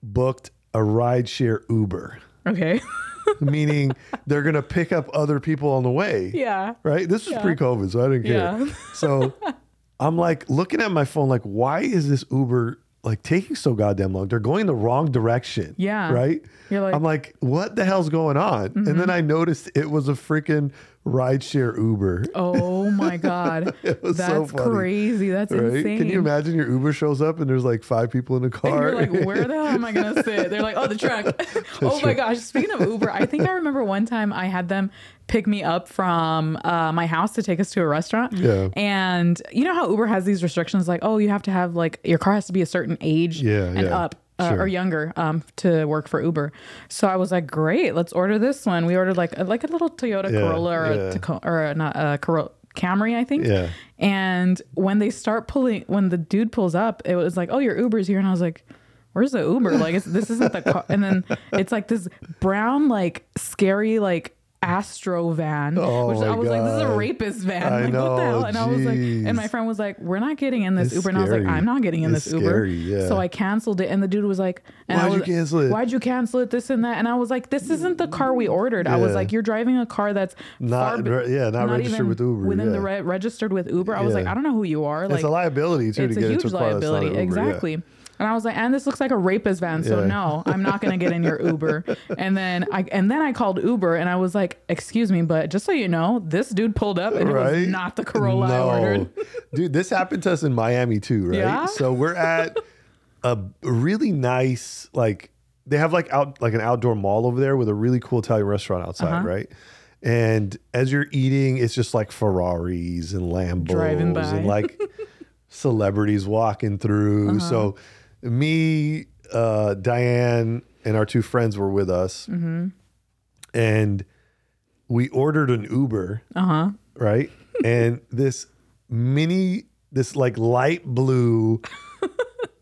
S5: booked a rideshare Uber,
S6: okay,
S5: meaning they're gonna pick up other people on the way.
S6: yeah,
S5: Right. This was pre-COVID, so I didn't care.
S6: Yeah.
S5: So I'm like looking at my phone, like, why is this Uber like taking so goddamn long? They're going the wrong direction.
S6: Yeah.
S5: Right?
S6: You're like- Mm-hmm.
S5: I'm like, what the hell's going on? And then I noticed it was a freaking rideshare Uber.
S6: Oh my god,
S5: was so
S6: that's
S5: funny,
S6: crazy. That's
S5: Right?
S6: insane.
S5: Can you imagine your Uber shows up and there's like five people in a
S6: And
S5: car?
S6: you're like, where the hell am I gonna sit? They're like, oh, the truck. oh my gosh. Speaking of Uber, I think I remember one time I had them pick me up from uh, my house to take us to a restaurant.
S5: Yeah.
S6: And you know how Uber has these restrictions, like, oh, you have to have like your car has to be a certain age
S5: Yeah,
S6: and
S5: yeah.
S6: up. Uh,
S5: Sure.
S6: Or younger um, to work for Uber, so I was like, "Great, let's order this one." We ordered like a, like a little Toyota
S5: Yeah,
S6: Corolla or
S5: yeah.
S6: a Taco- or a- not a Corolla Camry, I think.
S5: Yeah.
S6: And when they start pulling, when the dude pulls up, it was like, "Oh, your Uber's here," and I was like, "Where's the Uber? Like, it's, this isn't the car." And then it's like this brown, like scary, like Astro van,
S5: Oh
S6: which I
S5: my
S6: was like, "This is a
S5: God.
S6: rapist van."
S5: I
S6: like, what
S5: know,
S6: the hell? And I was like,
S5: jeez.
S6: and my friend was like, "We're not getting in this
S5: It's
S6: Uber," and I was like,
S5: scary.
S6: "I'm not getting in
S5: It's
S6: this Uber."
S5: scary, yeah.
S6: So I canceled it, and the dude was like, and I
S5: Why'd you
S6: was-
S5: cancel it?
S6: Why'd you cancel it? This and that." And I was like, "This isn't the car we ordered." I was
S5: Yeah.
S6: like, "You're driving a car that's
S5: Not
S6: far be-
S5: re- yeah, not registered
S6: even
S5: with Uber,
S6: Within the
S5: yeah.
S6: re- registered with Uber, I was
S5: Yeah.
S6: like, I don't know who you are. Like,
S5: it's a liability too
S6: it's
S5: to
S6: a
S5: get
S6: huge
S5: into a car that's not an
S6: liability,
S5: Uber, yeah.
S6: exactly. And I was like, and this looks like a rapist van, so
S5: Yeah.
S6: no, I'm not gonna get in your Uber. and then I and then I called Uber and I was like, excuse me, but just so you know, this dude pulled up and it was not the Corolla I ordered.
S5: Dude, this happened to us in Miami too, right?
S6: Yeah?
S5: So we're at a really nice, like they have like out like an outdoor mall over there with a really cool Italian restaurant outside,
S6: Uh-huh.
S5: right? And as you're eating, it's just like Ferraris and
S6: Driving
S5: Lambos
S6: by. Uh-huh.
S5: and like celebrities walking through. So me, uh, Diane, and our two friends were with us,
S6: Mm-hmm.
S5: and we ordered an Uber
S6: Uh-huh.
S5: right? and this mini, this like light blue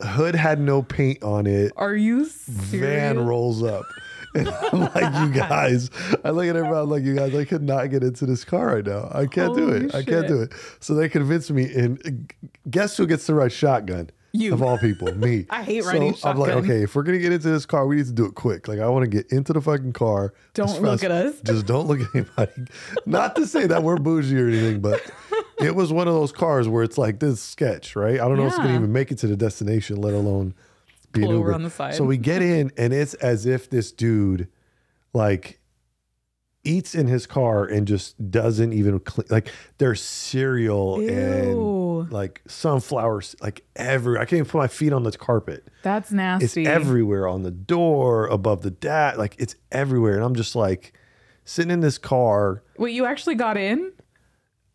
S5: hood had no paint on it.
S6: Are you serious?
S5: Van rolls up. And I'm like, you guys, I look at everybody I'm like, you guys, I could not get into this car right now. I can't do
S6: Holy
S5: it. I can't
S6: shit.
S5: do it. So they convinced me. And uh, guess who gets to ride shotgun?
S6: You.
S5: Of all people, me.
S6: I hate
S5: so
S6: riding
S5: I'm like,
S6: shotgun.
S5: okay, if we're going to get into this car, we need to do it quick. Like, I want to get into the fucking car.
S6: Don't
S5: Just
S6: look at us.
S5: Just don't look at anybody. Not to say that we're bougie or anything, but it was one of those cars where it's like this sketch, right? I don't know if it's gonna
S6: Yeah.
S5: even make it to the destination, let alone be an
S6: Pull over
S5: Uber.
S6: on the side.
S5: So we get in, and it's as if this dude, like, eats in his car and just doesn't even clean. Like, there's cereal
S6: Ew.
S5: and like sunflowers, like every. I can't even put my feet on this carpet.
S6: That's
S5: It's
S6: nasty.
S5: everywhere on the door, above the dash, like it's everywhere. And I'm just like sitting in this car.
S6: Wait, you actually got in?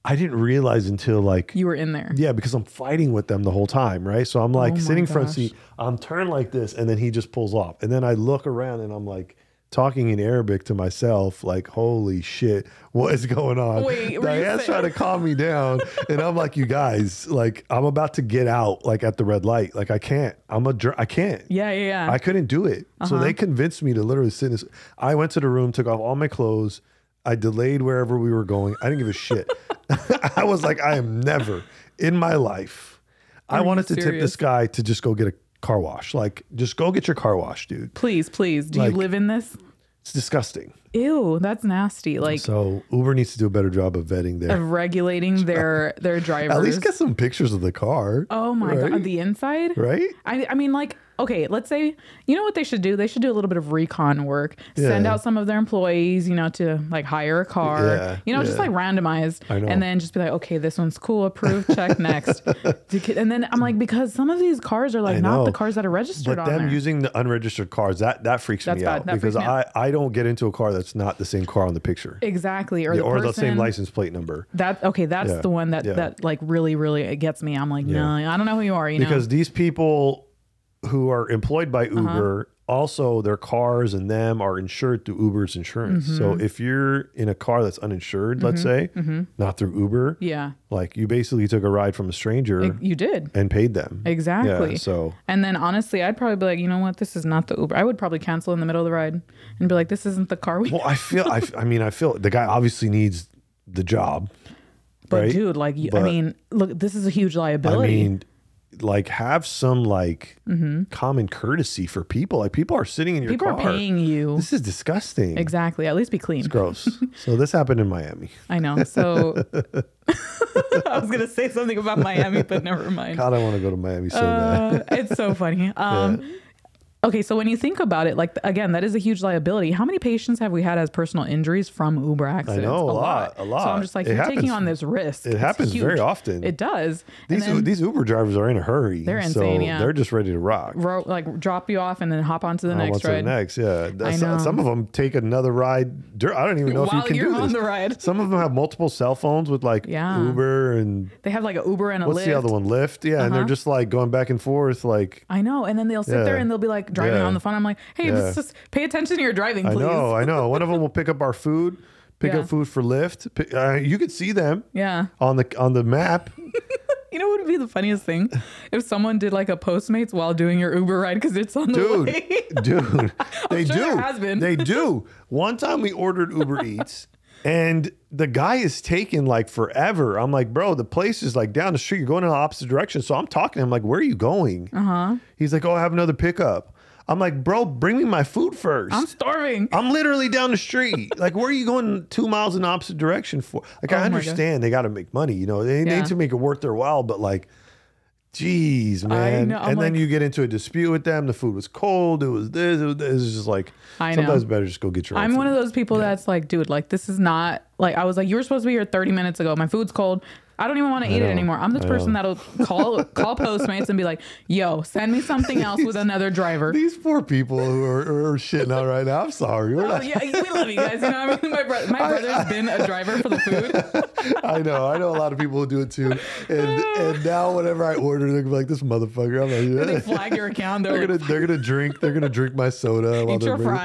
S5: I didn't realize until like
S6: You were in there. Oh
S5: yeah, because I'm fighting with them the whole time, right? So I'm like
S6: my
S5: sitting front
S6: gosh.
S5: seat, I'm turned like this, and then he just pulls off. And then I look around and I'm like talking in Arabic to myself, like, holy shit, what is going on?
S6: Wait, were you
S5: Diane's
S6: saying-
S5: trying to calm me down. and I'm like, you guys, like, I'm about to get out, like at the red light. Like, I can't. I'm a dr- I can't.
S6: Yeah, yeah, yeah.
S5: I couldn't do it. So
S6: Uh-huh.
S5: they convinced me to literally sit in this. I went to the room, took off all my clothes. I delayed wherever we were going. I didn't give a shit. I was like, I am never in my life. I
S6: Are you
S5: wanted to tip this
S6: serious?
S5: guy to just go get a car wash. Like, just go get your car wash, dude.
S6: please, please. Do
S5: Like-
S6: you live in this?
S5: It's disgusting.
S6: Ew, that's nasty. Like
S5: So Uber needs to do a better job of vetting there.
S6: of regulating their their drivers.
S5: At least get some pictures of the car.
S6: Oh my
S5: right?
S6: god, the inside?
S5: Right?
S6: I I mean like okay, let's say you know what they should do? They should do a little bit of recon work. Send
S5: Yeah.
S6: out some of their employees, you know, to like hire a car.
S5: Yeah,
S6: you know, just
S5: yeah.
S6: like randomized
S5: I know.
S6: and then just be like, "Okay, this one's cool, approved, check next." To ki- and then I'm like because some of these cars are like
S5: I
S6: not
S5: know.
S6: the cars that are registered
S5: But
S6: on
S5: them
S6: there.
S5: using the unregistered cars, that that freaks
S6: That's
S5: me
S6: bad.
S5: out
S6: That
S5: because
S6: freaks me
S5: I,
S6: out.
S5: I don't get into a car that's not the same car on the picture.
S6: Exactly, or
S5: Yeah,
S6: the
S5: or
S6: person,
S5: the same license plate number.
S6: That okay, that's
S5: Yeah,
S6: the one that
S5: yeah.
S6: that like really really it gets me. I'm like,
S5: Yeah.
S6: no, I don't know who you are. You
S5: Because
S6: know, Uh-huh.
S5: these people who are employed by Uber also their cars and them are insured through Uber's insurance. So
S6: Mm-hmm.
S5: if you're in a car that's uninsured, let's say, not through Uber,
S6: yeah,
S5: like you basically took a ride from a stranger
S6: It- you did.
S5: and paid them.
S6: Exactly.
S5: Yeah, so
S6: And then honestly, I'd probably be like, you know what, this is not the Uber. I would probably cancel in the middle of the ride and be like, this isn't the car we.
S5: well, I feel I, I mean I feel the guy obviously needs the job.
S6: but
S5: right?
S6: dude, like, you I
S5: But-
S6: mean, look, this is a huge
S5: I
S6: liability.
S5: mean, like have some like common courtesy for people. Like people are sitting in your
S6: Mm-hmm. People are
S5: car.
S6: paying you.
S5: This is disgusting.
S6: Exactly. At least be clean.
S5: It's gross. so this happened in Miami.
S6: I know. So I was gonna say something about Miami, but never mind.
S5: God, I want to go to Miami so bad.
S6: Uh, it's so funny. Um, Okay, so when you think about it, like again, that is a huge liability. How many patients have we had as personal injuries from Uber accidents?
S5: know, a lot, a
S6: So I'm
S5: lot.
S6: just like,
S5: It
S6: you're
S5: happens-
S6: taking on this risk.
S5: it
S6: It's
S5: happens very
S6: huge.
S5: often.
S6: It does.
S5: These
S6: and then
S5: these Uber drivers are in a hurry.
S6: They're
S5: So
S6: insane, yeah.
S5: they're just ready to rock.
S6: ro- like drop you off and then hop onto the
S5: I
S6: next
S5: want
S6: ride.
S5: to the next. Yeah, That's-
S6: know.
S5: some of them take another ride. dur- I don't even know if you
S6: While
S5: can
S6: you're
S5: do this.
S6: on the ride.
S5: Some of them have multiple cell phones with like
S6: Yeah.
S5: Uber and
S6: They have like an Uber and a
S5: what's
S6: Lyft. Uh-huh.
S5: the other one? Lyft. Yeah, and they're just like going back and forth. Like
S6: I know. And then they'll sit
S5: Yeah.
S6: there and they'll be like driving
S5: Yeah.
S6: on the phone. I'm like, hey,
S5: Yeah.
S6: this is- pay attention to your driving, please.
S5: I know, I know. One of them will pick up our food, pick
S6: Yeah.
S5: up food for Lyft. Pick, uh, you could see them
S6: Yeah.
S5: on the on the map.
S6: You know what would be the funniest thing? If someone did like a Postmates while doing your Uber ride because it's on the
S5: dude,
S6: way.
S5: dude. They
S6: sure
S5: do.
S6: there has been.
S5: They do. One time we ordered Uber Eats, and the guy is taking like forever. I'm like, bro, the place is like down the street. You're going in the opposite direction. So I'm talking. to him like, where are you going? Uh
S6: Uh-huh.
S5: huh. He's like, oh, I have another pickup. I'm like, bro, bring me my food first.
S6: I'm starving.
S5: I'm literally down the street. Like, where are you going two miles in the opposite direction for? Like,
S6: Oh
S5: I
S6: my God.
S5: understand they got to make money, you know, they they
S6: Yeah.
S5: need to make it worth their while, but like, geez, man.
S6: know, I'm
S5: and then
S6: like-
S5: you get into a dispute with them. The food was cold. It was this. It was, this. It's just like,
S6: I know.
S5: sometimes better just go get your own
S6: I'm
S5: food.
S6: one of those people that's like, dude, like this is not like I was like, you were supposed to be here 30 minutes ago. My food's cold. I don't even want to eat it anymore. I'm this person that'll call call Postmates and be like, yo, send me something else with another driver.
S5: These poor people who are, are shitting out right now. I'm sorry. We're
S6: Oh,
S5: not,
S6: yeah, we love you guys. You know, what I mean, my, bro- my brother's been a driver for the food.
S5: I know. I know a lot of people who do it too. And and now whenever I order, they're gonna be like, this motherfucker. I'm like,
S6: They flag your account. They're,
S5: They're
S6: like,
S5: gonna they're gonna drink they're gonna drink my soda while
S6: Eat
S5: they're
S6: your
S5: bringing-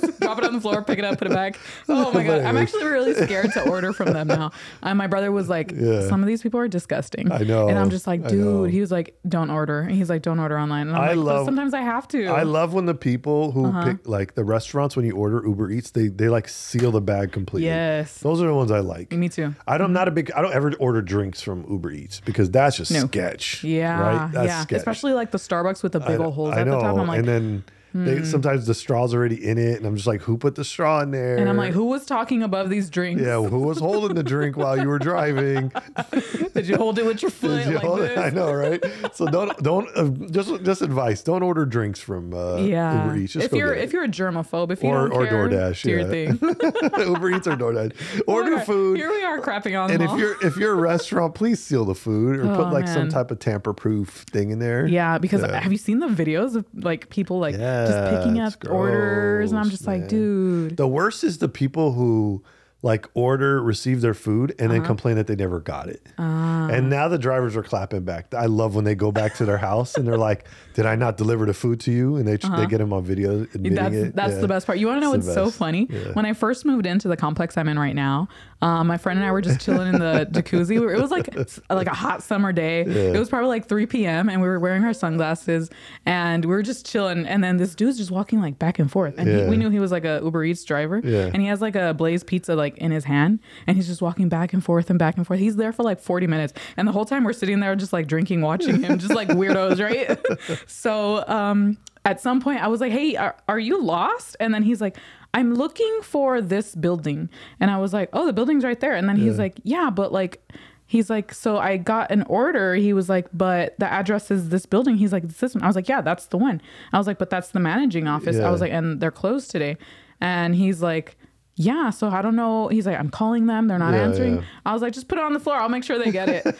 S6: fries, drop it on the floor, pick it up, put it back. Oh my god, I'm
S5: Hilarious.
S6: actually really scared to order from them now. And my brother was like,
S5: Yeah.
S6: "Some of these people are disgusting."
S5: I know.
S6: and I'm just like,
S5: I know.
S6: "Dude," he was like, "Don't order," and he's like, "Don't order online." And I'm
S5: I
S6: like, "But
S5: love-
S6: sometimes I have to."
S5: I love when the people who
S6: Uh-huh.
S5: pick like the restaurants when you order Uber Eats, they they like seal the bag completely.
S6: Yes.
S5: Those are the ones I like.
S6: Me too.
S5: I don't, I'm not a big I don't ever order drinks from Uber Eats because that's just
S6: No.
S5: sketch.
S6: Yeah,
S5: Right? That's
S6: yeah.
S5: sketch.
S6: Especially like the Starbucks with the big old holes
S5: I
S6: at
S5: know.
S6: the top. I'm like,
S5: and
S6: hmm.
S5: then they, sometimes the straw's already in it and I'm just like, who put the straw in there?
S6: and I'm like, who was talking above these drinks?
S5: Yeah, who was holding the drink while you were driving?
S6: Did you hold it with your foot
S5: Did you
S6: like
S5: hold it?
S6: this?
S5: I know, right? So don't don't uh, just just advice. Don't order drinks from uh,
S6: Yeah.
S5: Uber Eats. Just
S6: if
S5: go
S6: you're
S5: get it.
S6: if you're a germaphobe, if you
S5: Or-
S6: don't
S5: or
S6: care,
S5: DoorDash,
S6: do
S5: yeah.
S6: your thing.
S5: Uber Eats or DoorDash, order
S6: Here-
S5: food.
S6: Here we are crapping on
S5: And
S6: them
S5: if
S6: all.
S5: you're if you're a restaurant, please seal the food or put
S6: Oh,
S5: like some
S6: man.
S5: type of tamper proof thing in there.
S6: Yeah, because
S5: Yeah.
S6: have you seen the videos of like people like just picking
S5: Yeah,
S6: up
S5: it's
S6: orders? And I'm
S5: gross,
S6: just
S5: man.
S6: like, dude,
S5: The worst is the people who like order, receive their food, and
S6: Uh-huh.
S5: then complain that they never got it.
S6: Ah.
S5: And now the drivers are clapping back. I love when they go back to their house and they're like, "Did I not deliver the food to you?" And they tr they get them on video admitting
S6: Uh-huh. that's
S5: it.
S6: that's
S5: Yeah.
S6: the best part. You want to know
S5: It's the
S6: what's so
S5: best.
S6: funny? When I first moved into the complex I'm in right now, um, my friend and I were just chilling in the jacuzzi. It was like s- like a hot summer day. It was probably like 3 p.m. and we were wearing our sunglasses and we were just chilling. And then this dude's just walking like back and forth. And
S5: Yeah.
S6: he, we knew he was like a Uber Eats driver.
S5: Yeah.
S6: And he has like a Blaze pizza like in his hand and he's just walking back and forth and back and forth. He's there for like 40 minutes. And the whole time we're sitting there just like drinking, watching him, just like weirdos, right? so um at some point I was like, Hey, are, are you lost? And then he's like, I'm looking for this building. And I was like, Oh, the building's right there. And then he's like, Yeah, but like He's like, so I got an order. He was like, but the address is this building. He's like, it's this one. I was like, yeah, that's the one. I was like, but that's the managing office.
S5: Yeah.
S6: I was like, and they're closed today. And he's like, yeah, so I don't know. He's like, I'm calling them. They're not
S5: Yeah,
S6: answering.
S5: yeah.
S6: I was like, just put it on the floor. I'll make sure they get it.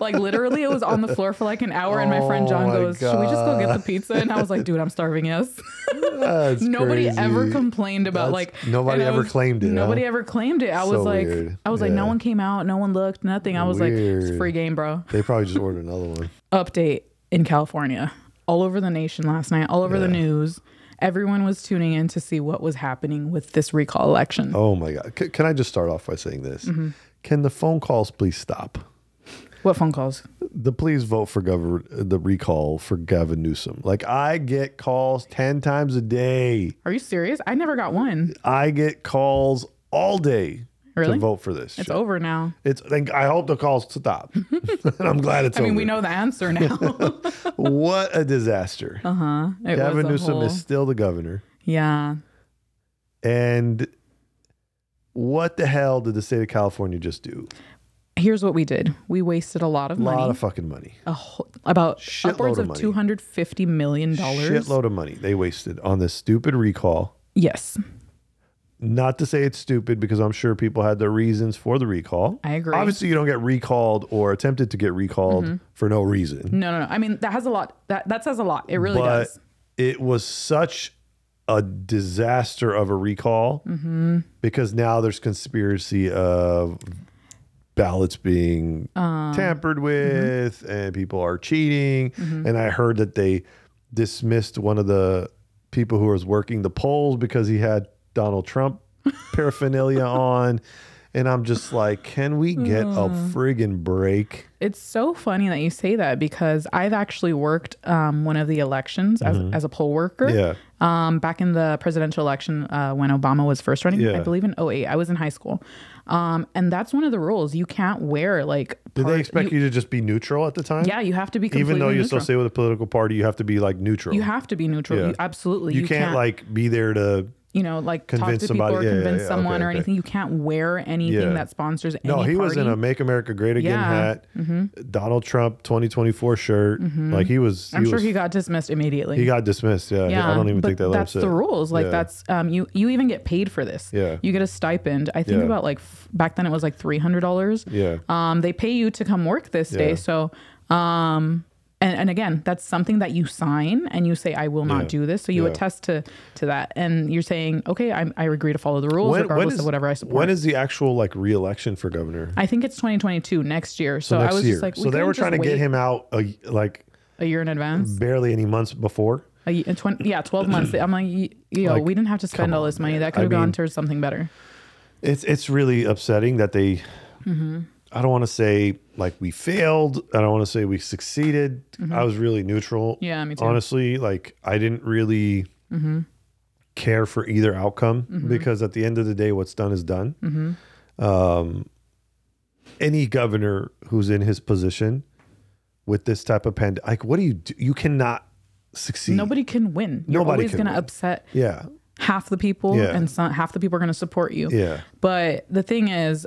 S6: like, literally, it was on the floor for like an hour. and my friend
S5: Oh
S6: John
S5: my
S6: goes, Should we just go get the
S5: God.
S6: pizza? And I was like, Dude, I'm starving. Yes.
S5: That's
S6: nobody ever
S5: crazy.
S6: complained
S5: That's-
S6: about like
S5: nobody
S6: and I
S5: ever
S6: was-
S5: claimed it, huh?
S6: Nobody ever claimed it. I
S5: So
S6: was like,
S5: weird.
S6: I was like, No
S5: Yeah.
S6: one came out. No one looked. Nothing. I was like,
S5: Weird.
S6: It's free game, bro
S5: They probably just ordered another one.
S6: update in California, all over the nation last night, all over the news. Everyone was tuning in to see what was happening with this recall election.
S5: Oh my god! C- can I just start off by saying this?
S6: Mm-hmm.
S5: Can the phone calls please stop?
S6: What phone calls?
S5: the please vote for govern the recall for Gavin Newsom. Like I get calls 10 times a day.
S6: Are you serious? I never got one.
S5: I get calls all day
S6: Really?
S5: to vote for this.
S6: It's
S5: shit.
S6: over now.
S5: It's. think- I hope the calls stop. I'm glad it's
S6: I mean,
S5: over.
S6: we know the answer now.
S5: what a disaster.
S6: uh huh. It
S5: Gavin
S6: was a
S5: Newsom
S6: whole,
S5: is still the governor,
S6: Yeah.
S5: and what the hell did the state of California just do?
S6: Here's what we did. We wasted a lot of
S5: A lot
S6: money.
S5: of fucking money.
S6: a whole, about
S5: Shitload
S6: upwards
S5: of
S6: of
S5: money.
S6: two hundred fifty million dollars.
S5: Shitload of money they wasted on this stupid recall.
S6: Yes,
S5: Not to say it's stupid because I'm sure people had their reasons for the recall.
S6: I agree. Mm-hmm.
S5: Obviously, you don't get recalled or attempted to get recalled for no reason.
S6: No, no, no. I mean, that has a lot. That that says a lot. It really
S5: but
S6: does.
S5: it was such a disaster of a recall
S6: Mm-hmm.
S5: because now there's conspiracy of ballots being
S6: Uh,
S5: tampered
S6: mm-hmm.
S5: with and people are cheating and i heard that they dismissed one of the people who was working the polls because he had donald trump paraphernalia on and i'm just like can we get a
S6: Mm.
S5: friggin break
S6: It's so funny that you say that because I've actually worked um, one of the elections as, as a poll worker.
S5: Mm-hmm. yeah
S6: Um, back in the presidential election uh, when Obama was first running,
S5: Yeah.
S6: I believe in 08, I was in high school. Um, and that's one of the rules. You can't wear like.
S5: did they
S6: part-
S5: expect you, to just be neutral at the time
S6: Yeah, you have to be completely
S5: even though you
S6: neutral.
S5: associate with a political party, you have to be like neutral.
S6: you have to be neutral.
S5: Yeah.
S6: You, absolutely.
S5: You can't, like be there to.
S6: you know, like talk to
S5: Convince
S6: people
S5: somebody-
S6: or
S5: yeah, yeah,
S6: convince
S5: yeah,
S6: someone
S5: okay,
S6: or
S5: okay.
S6: anything. You can't wear anything
S5: Yeah.
S6: that sponsors any
S5: No, he was in
S6: party.
S5: a "Make America Great Again"
S6: Yeah. Mm-hmm.
S5: hat, Donald Trump 2024 shirt. Like he was.
S6: I'm sure
S5: was-
S6: he got dismissed immediately.
S5: he got dismissed. Yeah,
S6: yeah,
S5: I don't even
S6: but
S5: think they let him
S6: that's
S5: sit.
S6: the rules. Like
S5: Yeah.
S6: that's um, you you even get paid for this.
S5: Yeah.
S6: you get a stipend. I think
S5: Yeah.
S6: about like f- back then it was like three hundred dollars.
S5: Yeah.
S6: um, they pay you to come work this
S5: Yeah.
S6: day. So, um, and and again, that's something that you sign and you say I will not
S5: Yeah.
S6: do this. So you
S5: Yeah.
S6: attest to to that, and you're saying okay, I, I agree to follow the rules regardless
S5: is-
S6: of whatever I support.
S5: When is the actual like reelection for governor?
S6: I think it's 2022 next year. So,
S5: next
S6: I was
S5: year.
S6: just like,
S5: so they were trying to get him out a, like
S6: a year in advance.
S5: barely any months before.
S6: A ye- a 20, yeah, 12 months. I'm like, y- yo,
S5: Like,
S6: we didn't have to spend all this money. That could
S5: I
S6: have gone
S5: mean-
S6: towards something better.
S5: It's it's really upsetting that they.
S6: Mm-hmm.
S5: I don't want to say like we failed. I don't want to say we succeeded. I was really neutral.
S6: Mm-hmm. Yeah, me too. Mm-hmm.
S5: Honestly, like I didn't really care for either outcome because at the end of the day, what's done is done. Um,
S6: Mm-hmm.
S5: any governor who's in his position with this type of pandemic, like what do you do? You cannot succeed.
S6: Nobody can win. You're
S5: Nobody
S6: always
S5: can
S6: going to
S5: win.
S6: upset
S5: Yeah.
S6: half the people
S5: Yeah.
S6: and some, half the people are going to support you.
S5: Yeah.
S6: But the thing is,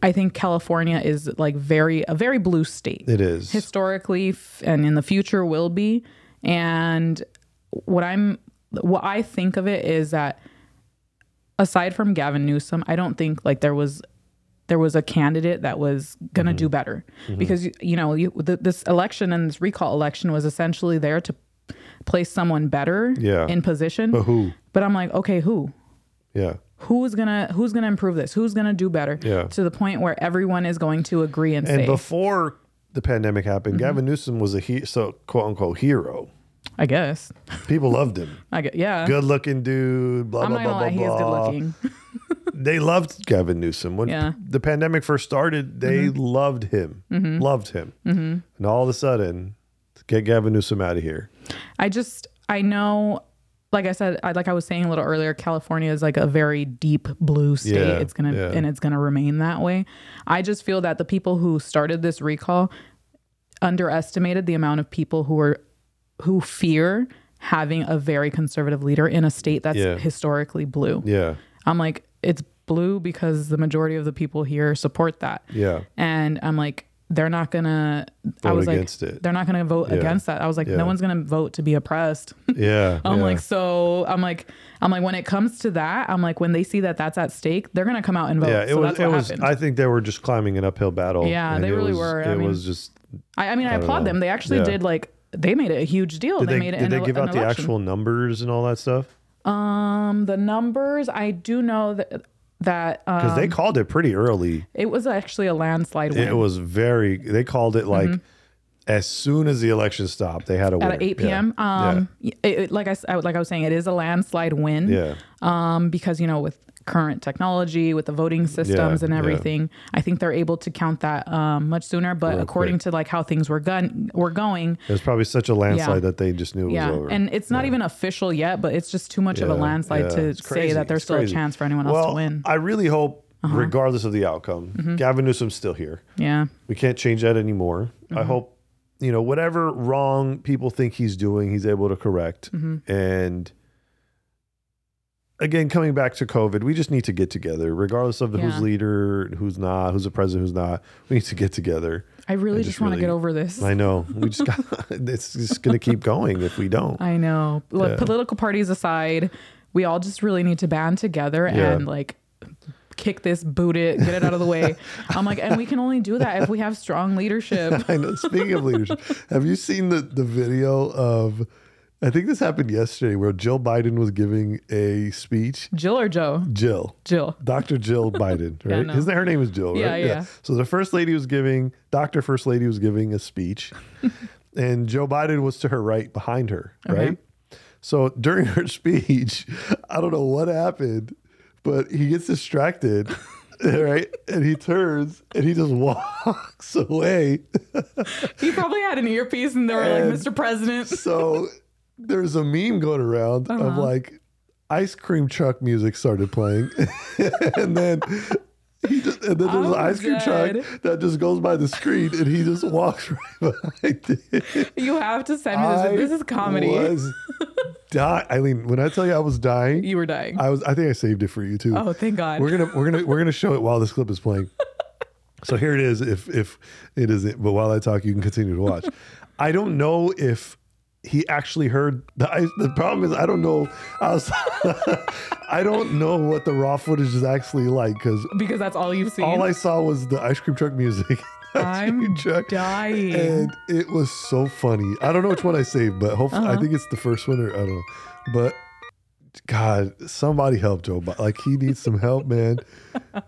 S6: I think California is like very, a very blue state.
S5: It is.
S6: historically f- and in the future will be and what i'm what i think of it is that aside from gavin newsom i don't think like there was there was a candidate that was going to
S5: Mm-hmm.
S6: do better because you- you know you, th- this election and this recall election was essentially there to place someone better
S5: Yeah.
S6: in position
S5: but who?
S6: but i'm like okay who
S5: Yeah.
S6: who's gonna who's gonna improve this who's gonna do better
S5: Yeah.
S6: to the point where everyone is going to agree and,
S5: And
S6: say
S5: before the pandemic happened,
S6: Mm-hmm.
S5: Gavin Newsom was a he- so quote unquote hero.
S6: i guess
S5: People loved him.
S6: i guess yeah
S5: Good looking dude. Blah
S6: Uh-huh. I'm
S5: blah
S6: not
S5: blah blah
S6: gonna lie, he is
S5: blah.
S6: good looking.
S5: They loved Gavin Newsom when
S6: Yeah. Mm-hmm.
S5: the pandemic first started. They loved him, loved him, and all of a sudden, get Gavin Newsom out of here.
S6: I just I know like I said, I, like I was saying a little earlier, California is like a very deep blue state.
S5: Yeah,
S6: it's gonna
S5: yeah.
S6: and it's gonna remain that way. I just feel that the people who started this recall underestimated the amount of people who are who fear having a very conservative leader in a state that's
S5: Yeah.
S6: historically blue.
S5: Yeah,
S6: I'm like, it's blue because the majority of the people here support that.
S5: yeah,
S6: and I'm like, they're not gonna. I
S5: Vote
S6: was
S5: against
S6: like,
S5: it.
S6: they're not gonna vote
S5: Yeah.
S6: against that. I was like,
S5: Yeah.
S6: no one's gonna vote to be oppressed.
S5: yeah.
S6: I'm
S5: yeah.
S6: like, Oh so I'm like, I'm like, when it comes to that, I'm like, when they see that that's at stake, they're gonna come out and vote.
S5: yeah. It
S6: so
S5: was.
S6: that's
S5: it
S6: what
S5: was.
S6: happened.
S5: I think they were just climbing an uphill battle.
S6: Yeah,
S5: and
S6: they
S5: it
S6: really
S5: was-
S6: were.
S5: It
S6: I mean,
S5: was just.
S6: I, I mean, I,
S5: don't
S6: applaud
S5: know.
S6: them. They actually
S5: Yeah.
S6: did like they made a huge deal.
S5: Did
S6: They,
S5: they,
S6: made it.
S5: did
S6: an,
S5: they
S6: ele-
S5: give
S6: an
S5: out the
S6: election.
S5: actual numbers and all that stuff?
S6: um the numbers? I do know that that
S5: Because
S6: um,
S5: they called it pretty early.
S6: it was actually a landslide win.
S5: It was very. They called it like as soon as the election stopped, they had a winner.
S6: Mm-hmm. at 8
S5: Yeah.
S6: p.m.
S5: Yeah.
S6: Um, It, it- like I s- I- like I was saying, it is a landslide win.
S5: Yeah.
S6: um, because you know with current technology with the voting systems
S5: Yeah,
S6: and
S5: yeah.
S6: everything i think they're able to count that um, much sooner but according
S5: quick.
S6: to like how things were gun were going
S5: It was probably such a landslide
S6: Yeah.
S5: that they just knew it
S6: yeah
S5: was over.
S6: and it's not even official yet but it's just too much of a
S5: Yeah,
S6: landslide
S5: yeah.
S6: to
S5: It's
S6: say
S5: crazy.
S6: that there's
S5: It's
S6: still
S5: crazy.
S6: a chance for anyone else
S5: well,
S6: to win Uh-huh. Mm-hmm.
S5: I really hope regardless of the outcome. Gavin Newsom's still here.
S6: Yeah.
S5: We can't change that anymore.
S6: Mm-hmm.
S5: I hope, you know, whatever wrong people think he's doing, he's able to correct.
S6: Mm-hmm.
S5: And again, coming back to COVID, we just need to get together, regardless of who's
S6: Yeah.
S5: leader, who's not, who's the president, who's not. We need to get together.
S6: I really
S5: I
S6: just,
S5: just
S6: want to
S5: really-
S6: get over this.
S5: I know. We just got, it's just going to keep going if we don't.
S6: I know. Look, political parties aside, we all just really need to band together
S5: Yeah.
S6: and like kick this, boot it, get it out of the way. I'm like, and we can only do that if we have strong leadership.
S5: I know. Speaking of leadership, have you seen the the video of? I think this happened yesterday, where Jill Biden was giving a speech.
S6: Jill or Joe?
S5: Jill,
S6: Jill.
S5: Dr. Jill Biden,
S6: Yeah, I
S5: right?
S6: know.
S5: Isn't that her name is Jill? Right?
S6: Yeah, yeah.
S5: So the first lady was giving Dr. First Lady was giving a speech, and Joe Biden was to her right behind her, right? So during her speech, I don't know what happened, but he gets distracted. Right, and he turns and he just walks away.
S6: He probably had an earpiece and they were
S5: And-
S6: like, Mr. President.
S5: so there's a meme going around of
S6: Uh-huh.
S5: like ice cream truck music started playing and then he just, and then there's an
S6: I'm
S5: ice cream
S6: dead.
S5: truck that just goes by the screen and he just walks right behind it.
S6: You have to send
S5: I
S6: me this. This is comedy.
S5: Was die- I mean, when I tell you I was dying,
S6: you were dying.
S5: I was I think I saved it for you too.
S6: oh, thank God.
S5: We're gonna we're gonna we're gonna show it while this clip is playing. So here it is. If if it isn't, but while I talk, you can continue to watch. I don't know if he actually heard the ice. The problem is I don't know. I, was, I don't know what the raw footage is actually like because
S6: because that's all you've seen.
S5: all I saw was the ice cream truck music. Ice
S6: I'm
S5: cream truck.
S6: dying.
S5: And it was so funny. I don't know which one I saved, but hopefully
S6: Uh-huh.
S5: I think it's the first one or I don't know. But God, somebody help Joe. Bi- Like he needs some help, man.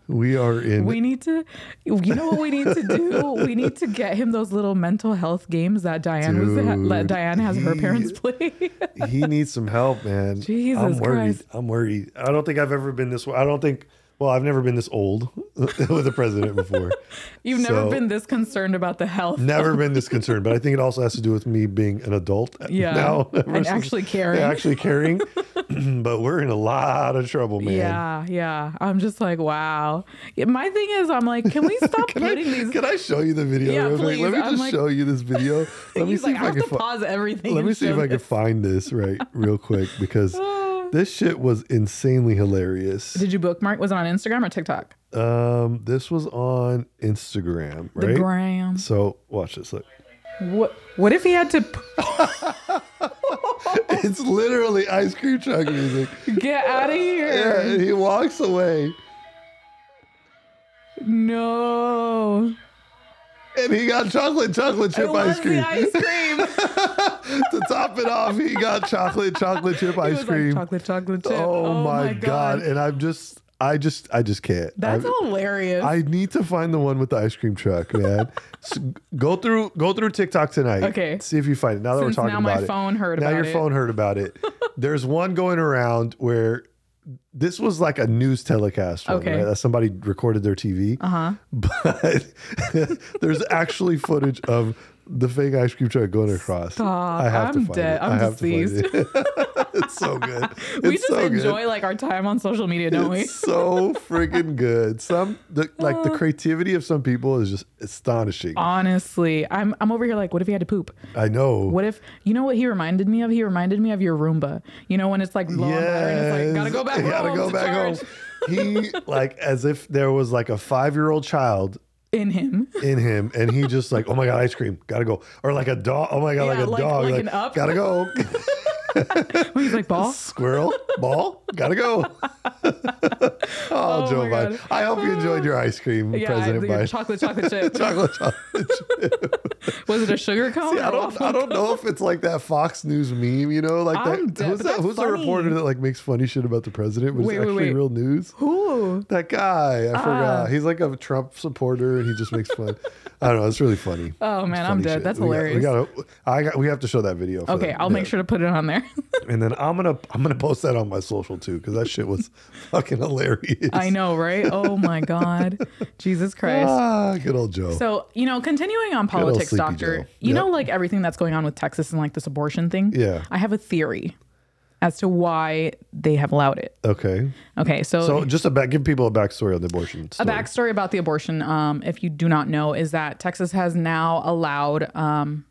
S5: We are in.
S6: we need to, you know what we need to do? We need to get him those little mental health games that Diane was
S5: Dude,
S6: that Diane has her
S5: he-
S6: parents play.
S5: he needs some help, man.
S6: Jesus
S5: I'm worried.
S6: Christ.
S5: I'm worried. I don't think I've ever been this. I don't think. Well, I've never been this old with a president before.
S6: You've never
S5: So-
S6: been this concerned about the health.
S5: Never been this concerned, but I think it also has to do with me being an adult
S6: Yeah.
S5: now
S6: And
S5: versus-
S6: actually caring.
S5: Actually caring, but we're in a lot of trouble, man.
S6: Yeah, yeah. I'm just like, wow. Yeah, My thing is, I'm like, can we stop
S5: Can I,
S6: putting these?
S5: can I show you the video?
S6: Yeah,
S5: real quick? Let
S6: please.
S5: me
S6: I'm
S5: just
S6: like-
S5: show you this video. Let me
S6: He's
S5: see
S6: like,
S5: if
S6: I
S5: I
S6: have
S5: can
S6: to
S5: find.
S6: pause everything.
S5: Let me
S6: and
S5: see if
S6: show
S5: I can
S6: this. Oh.
S5: find this right real quick because this shit was insanely hilarious.
S6: Did you bookmark? Was it on Instagram or TikTok?
S5: Um, this was on Instagram,
S6: The
S5: right?
S6: gram.
S5: So watch this. Look,
S6: What? What if he had to p-
S5: it's literally ice cream truck music.
S6: get out of here?
S5: Yeah, and he walks away.
S6: No.
S5: And he got chocolate chocolate chip
S6: It
S5: ice
S6: was
S5: cream.
S6: the ice cream.
S5: to top it off, he got chocolate chocolate chip
S6: It
S5: ice
S6: was
S5: cream.
S6: Like chocolate, chocolate chip.
S5: oh, my god. And I'm just I just I just can't.
S6: That's
S5: I,
S6: hilarious.
S5: I need to find the one with the ice cream truck, man. S- go through go through TikTok tonight.
S6: Okay.
S5: See if you find it. Now that
S6: Since
S5: we're talking
S6: now my
S5: about it.
S6: phone heard
S5: now
S6: about
S5: your
S6: it.
S5: phone heard about it. There's one going around where this was like a news telecast one,
S6: Okay.
S5: right? That somebody recorded their TV. Uh-huh. But there's actually footage of the fake ice cream truck going across.
S6: Stop.
S5: I have to
S6: I'm
S5: find
S6: dead.
S5: it.
S6: I'm
S5: I have
S6: diseased.
S5: to find it. it's so good.
S6: we
S5: It's
S6: just
S5: so good.
S6: enjoy like our time on social media, don't we? Uh.
S5: It's so friggin' good. Some the, like the creativity of some people is just astonishing.
S6: Honestly, I'm I'm over here like, what if he had to poop?
S5: I know.
S6: What if you know what he reminded me of? He reminded me of your Roomba. You know when it's like low and battery and it's like gotta go back
S5: Yes. Gotta
S6: home.
S5: go
S6: to
S5: back
S6: charge.
S5: home. He like as if there was like a five year old child
S6: In him.
S5: in him, and he just like, oh my god, ice cream, gotta go, or like a dog, oh my god,
S6: Yeah,
S5: like a
S6: like-
S5: dog,
S6: like an up.
S5: gotta go,
S6: When he's like ball.
S5: squirrel, ball, gotta go. oh, Joe
S6: my
S5: Biden,
S6: God.
S5: I hope you enjoyed your ice cream,
S6: Yeah, I-
S5: President
S6: the
S5: Biden.
S6: chocolate chocolate chip.
S5: Chocolate, chocolate.
S6: Was it a sugar cone?
S5: See,
S6: or
S5: I
S6: a
S5: don't,
S6: waffle
S5: I don't know if it's like that Fox News meme, you know, like
S6: I'm
S5: that.
S6: dead,
S5: who's
S6: but
S5: that?
S6: that's
S5: Who's that
S6: funny.
S5: reporter that like makes funny shit about the president? Was
S6: Wait, wait,
S5: actually
S6: wait. Ah.
S5: real news?
S6: Ooh.
S5: That guy, I forgot. He's like a Trump supporter, and he just makes fun. I don't know. It's really funny.
S6: Oh man, I'm
S5: Funny
S6: dead.
S5: shit.
S6: That's
S5: We got-
S6: hilarious.
S5: we got. I got. We have to show that video. For
S6: okay,
S5: that-
S6: I'll
S5: yeah.
S6: make sure to put it on there.
S5: And then I'm gonna I'm gonna post that on my social too because that shit was fucking hilarious.
S6: I know, right? Oh my God. Jesus Christ.
S5: Ah, good old Joe.
S6: So, you know, continuing on
S5: old
S6: politics,
S5: Sleepy
S6: Doctor,
S5: Joe.
S6: you know,
S5: Yep.
S6: like everything that's going on with Texas and like this abortion thing?
S5: Yeah.
S6: I have a theory. as to why they have allowed it.
S5: Okay.
S6: Okay, so,
S5: So just a back, give people a backstory on the abortion.
S6: a
S5: Story.
S6: backstory about the abortion, um, if you do not know, is that Texas has now allowed um,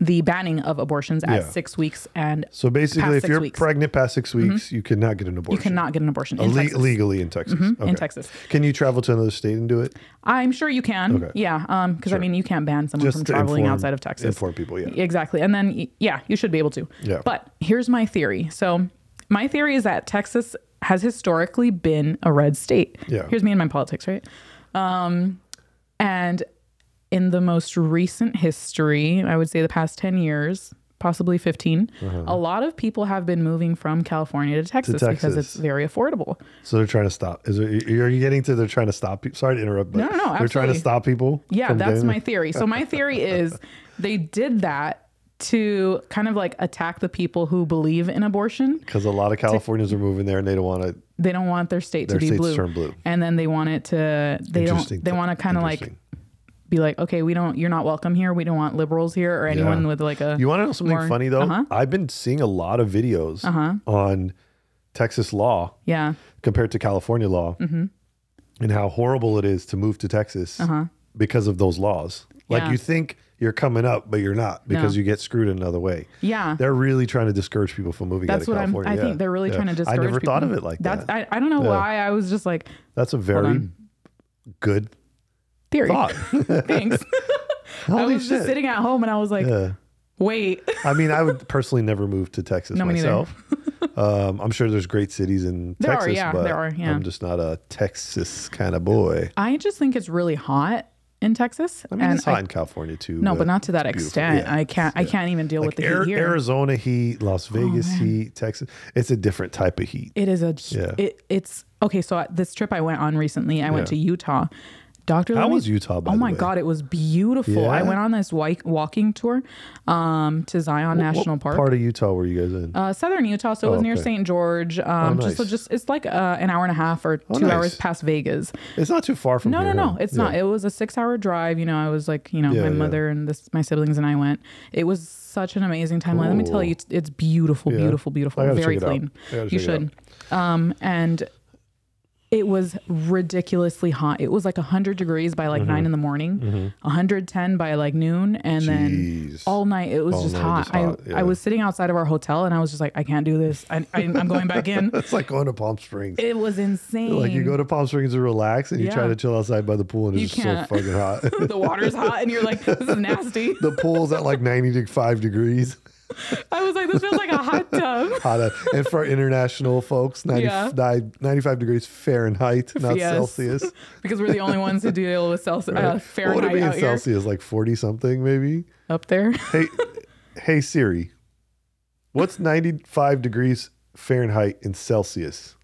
S6: the banning of abortions at
S5: Yeah.
S6: six weeks, and
S5: So
S6: past
S5: basically, if
S6: six
S5: you're
S6: weeks.
S5: pregnant past six weeks, you cannot get an abortion.
S6: you cannot get an abortion in
S5: Ale-
S6: Texas. Mm-hmm.
S5: legally in Texas.
S6: in
S5: Okay.
S6: Texas.
S5: Can you travel to another state and do it?
S6: I'm sure you can.
S5: Okay.
S6: Yeah, um, because I mean, you can't ban someone
S5: Just
S6: from
S5: to
S6: traveling
S5: inform-
S6: outside of Texas.
S5: inform people, yeah.
S6: exactly. And then, y- yeah, you should be able to.
S5: Yeah.
S6: But here's my theory. So, my theory is that Texas has historically been a red state.
S5: Yeah.
S6: Here's me and my politics, right? Um, and in the most recent history, I would say the past ten years. Possibly 15.
S5: Uh-huh.
S6: A lot of people have been moving from California to Texas, because
S5: Texas.
S6: it's very affordable.
S5: So they're trying to stop. Is it, are you getting to they're trying to stop people? Sorry to interrupt. But
S6: No, no, no,
S5: They're trying to
S6: absolutely.
S5: stop people.
S6: Yeah,
S5: from
S6: that's
S5: getting-
S6: my theory. So my theory is they did that to kind of like attack the people who believe in abortion.
S5: Because a lot of Californians are moving there and they don't want to.
S6: They don't want their state
S5: Their
S6: to be
S5: state to
S6: blue.
S5: turn blue.
S6: And then they want it to they don't
S5: Interesting
S6: they
S5: thought.
S6: want to kind of like
S5: Interesting.
S6: be like, "Okay, we don't you're not welcome here. We don't want liberals here or anyone
S5: Yeah.
S6: with like a
S5: You want to know something
S6: more-
S5: funny though?
S6: Uh-huh.
S5: I've been seeing a lot of videos on Texas law
S6: Yeah.
S5: compared to California law
S6: Mm-hmm.
S5: and how horrible it is to move to Texas because of those laws. Like
S6: Uh-huh. Yeah.
S5: you think you're coming up, but you're not because
S6: No.
S5: you get screwed another way.
S6: Yeah.
S5: They're really trying to discourage people from moving
S6: That's
S5: out
S6: what
S5: of
S6: I'm
S5: California.
S6: I
S5: yeah.
S6: think they're really
S5: Yeah.
S6: trying to discourage
S5: I never
S6: people.
S5: thought of it like
S6: That's,
S5: that.
S6: I, I don't know
S5: Yeah.
S6: why. I was just like
S5: That's a very
S6: on.
S5: good
S6: theory.
S5: thought.
S6: Thanks. I
S5: Holy
S6: was just
S5: shit.
S6: sitting at home and I was like,
S5: Yeah.
S6: "Wait."
S5: I mean, I would personally never move to Texas
S6: No, me neither.
S5: myself. um, I'm sure there's great cities in
S6: There are,
S5: Texas,
S6: yeah,
S5: but
S6: there are, yeah.
S5: I'm just not a Texas kind of boy.
S6: I just think it's really hot in Texas.
S5: I mean,
S6: and
S5: it's hot in California too.
S6: no, but not to that
S5: beautiful,
S6: extent.
S5: yeah.
S6: I can't. I can't even deal
S5: Like
S6: with the
S5: Ari-
S6: heat here. Oh,
S5: Arizona heat, Las Vegas heat, Texas. It's a different type of heat.
S6: It is a.
S5: Yeah.
S6: It, it's okay. So at this trip I went on recently, I went
S5: Yeah.
S6: to Utah. Doctor,
S5: How was Utah, by
S6: oh
S5: the
S6: my
S5: way?
S6: god, it was beautiful. I
S5: Yeah?
S6: went on this wi- walking tour um, to Zion National
S5: what
S6: Park.
S5: Part of Utah were you guys in?
S6: uh, southern Utah, so it was near
S5: okay. Oh,
S6: St. George. Um,
S5: nice. Oh,
S6: just, so just it's like uh, an hour and a half or two
S5: nice.
S6: hours past Vegas.
S5: it's not too far from
S6: No,
S5: here,
S6: no,
S5: huh?
S6: no. It's
S5: Yeah.
S6: not. It was a six-hour drive. You know, I was like, you know,
S5: Yeah,
S6: my
S5: yeah.
S6: mother and this my siblings and I went. It was such an amazing time. Let me tell
S5: Cool.
S6: you, it's, it's beautiful,
S5: Yeah.
S6: beautiful,
S5: I
S6: beautiful,
S5: gotta
S6: very
S5: check it out.
S6: clean.
S5: I gotta
S6: You
S5: check it
S6: should. Um, and it was ridiculously hot. It was like hundred degrees by like
S5: Mm-hmm.
S6: nine in the morning, hundred ten by like noon, and then
S5: Jeez.
S6: all night it was
S5: All
S6: just
S5: night
S6: hot.
S5: just hot,
S6: I
S5: yeah.
S6: I was sitting outside of our hotel and I was just like, I can't do this. I, I I'm going back in.
S5: It's like going to Palm Springs.
S6: It was insane.
S5: like you go to Palm Springs to relax, and you try
S6: Yeah.
S5: to chill outside by the pool, and
S6: You
S5: it's just
S6: can't.
S5: so fucking hot.
S6: the water's hot, and you're like, this is nasty.
S5: the pool's at like 95 degrees.
S6: I was like, this feels like a hot tub.
S5: hot out. And for our international folks, 90,
S6: Yeah.
S5: 95 degrees Fahrenheit, not
S6: Yes.
S5: Celsius.
S6: because we're the only ones who deal with Celsius, uh,
S5: what would it
S6: Fahrenheit
S5: be
S6: out
S5: in
S6: here.
S5: Celsius? Like 40 something, maybe?
S6: Up there,
S5: Hey, hey Siri, what's 95 degrees Fahrenheit in Celsius?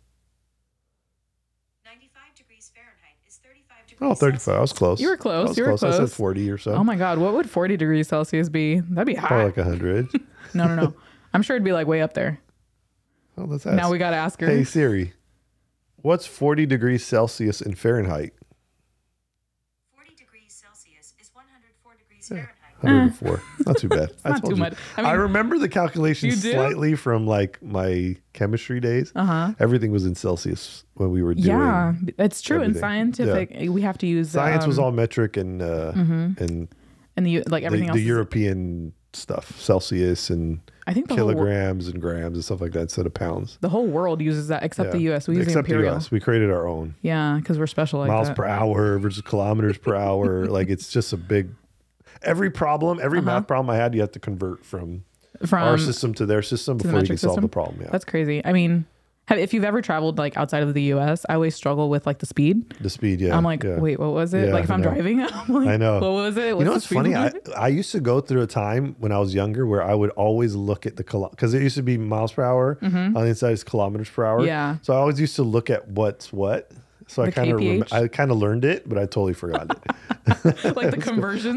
S7: 95 degrees Fahrenheit is 35 degrees
S5: Oh, 35. I was close.
S6: You were close,
S5: I was
S6: you were
S5: I said
S6: close.
S5: 40 or so.
S6: oh my God, what would 40 degrees Celsius be? That'd be hot.
S5: Probably like 100.
S6: no, no, no. I'm sure it'd be like way up there.
S5: oh, let's ask.
S6: Now we got to ask her.
S5: hey, Siri, what's 40 degrees Celsius in Fahrenheit?
S7: 40 degrees Celsius is 104 degrees Fahrenheit.
S5: 104. Not too bad. I
S6: not
S5: told
S6: too
S5: you.
S6: much.
S5: I,
S6: I mean-
S5: remember the
S6: You
S5: calculations
S6: do?
S5: slightly from like my chemistry days.
S6: Uh-huh.
S5: Everything was in Celsius when we were doing.
S6: yeah, it's true. In
S5: everything.
S6: scientific, we have to use
S5: Science was
S6: um,
S5: all metric and uh, and
S6: and the like
S5: the,
S6: everything else.
S5: the
S6: is-
S5: European stuff, Celsius and
S6: I think the whole
S5: kilograms and grams and stuff like that instead of pounds.
S6: the whole world uses that except the
S5: Yeah.
S6: U.S. We use
S5: Except
S6: the imperial.
S5: US, we created our own
S6: Yeah, because we're special like
S5: miles
S6: that.
S5: per hour versus kilometers per hour. Like it's just a big. Every problem,
S6: Uh-huh.
S5: every math problem I had, you have to convert from
S6: From
S5: our system to their system
S6: Um, to the
S5: before you can
S6: metric
S5: solve the
S6: system?
S5: problem. Yeah,
S6: that's crazy. I mean, have, if you've ever traveled like outside of the U.S., I always struggle with like the speed.
S5: the speed. Yeah,
S6: I'm like,
S5: yeah.
S6: wait, what was it?
S5: Yeah,
S6: like if
S5: I
S6: I'm
S5: know.
S6: driving, I'm like,
S5: I know.
S6: What was it? What's
S5: you know
S6: the
S5: what's
S6: speed
S5: funny? I,
S6: limit?
S5: I used to go through a time when I was younger where I would always look at the kilo because it used to be miles per hour on the inside is kilometers per hour.
S6: Mm-hmm. Yeah.
S5: So I always used to look at what's what. So I
S6: The
S5: kind of rem-
S6: KPH?
S5: I kind of learned it, but I totally forgot it.
S6: like the conversions.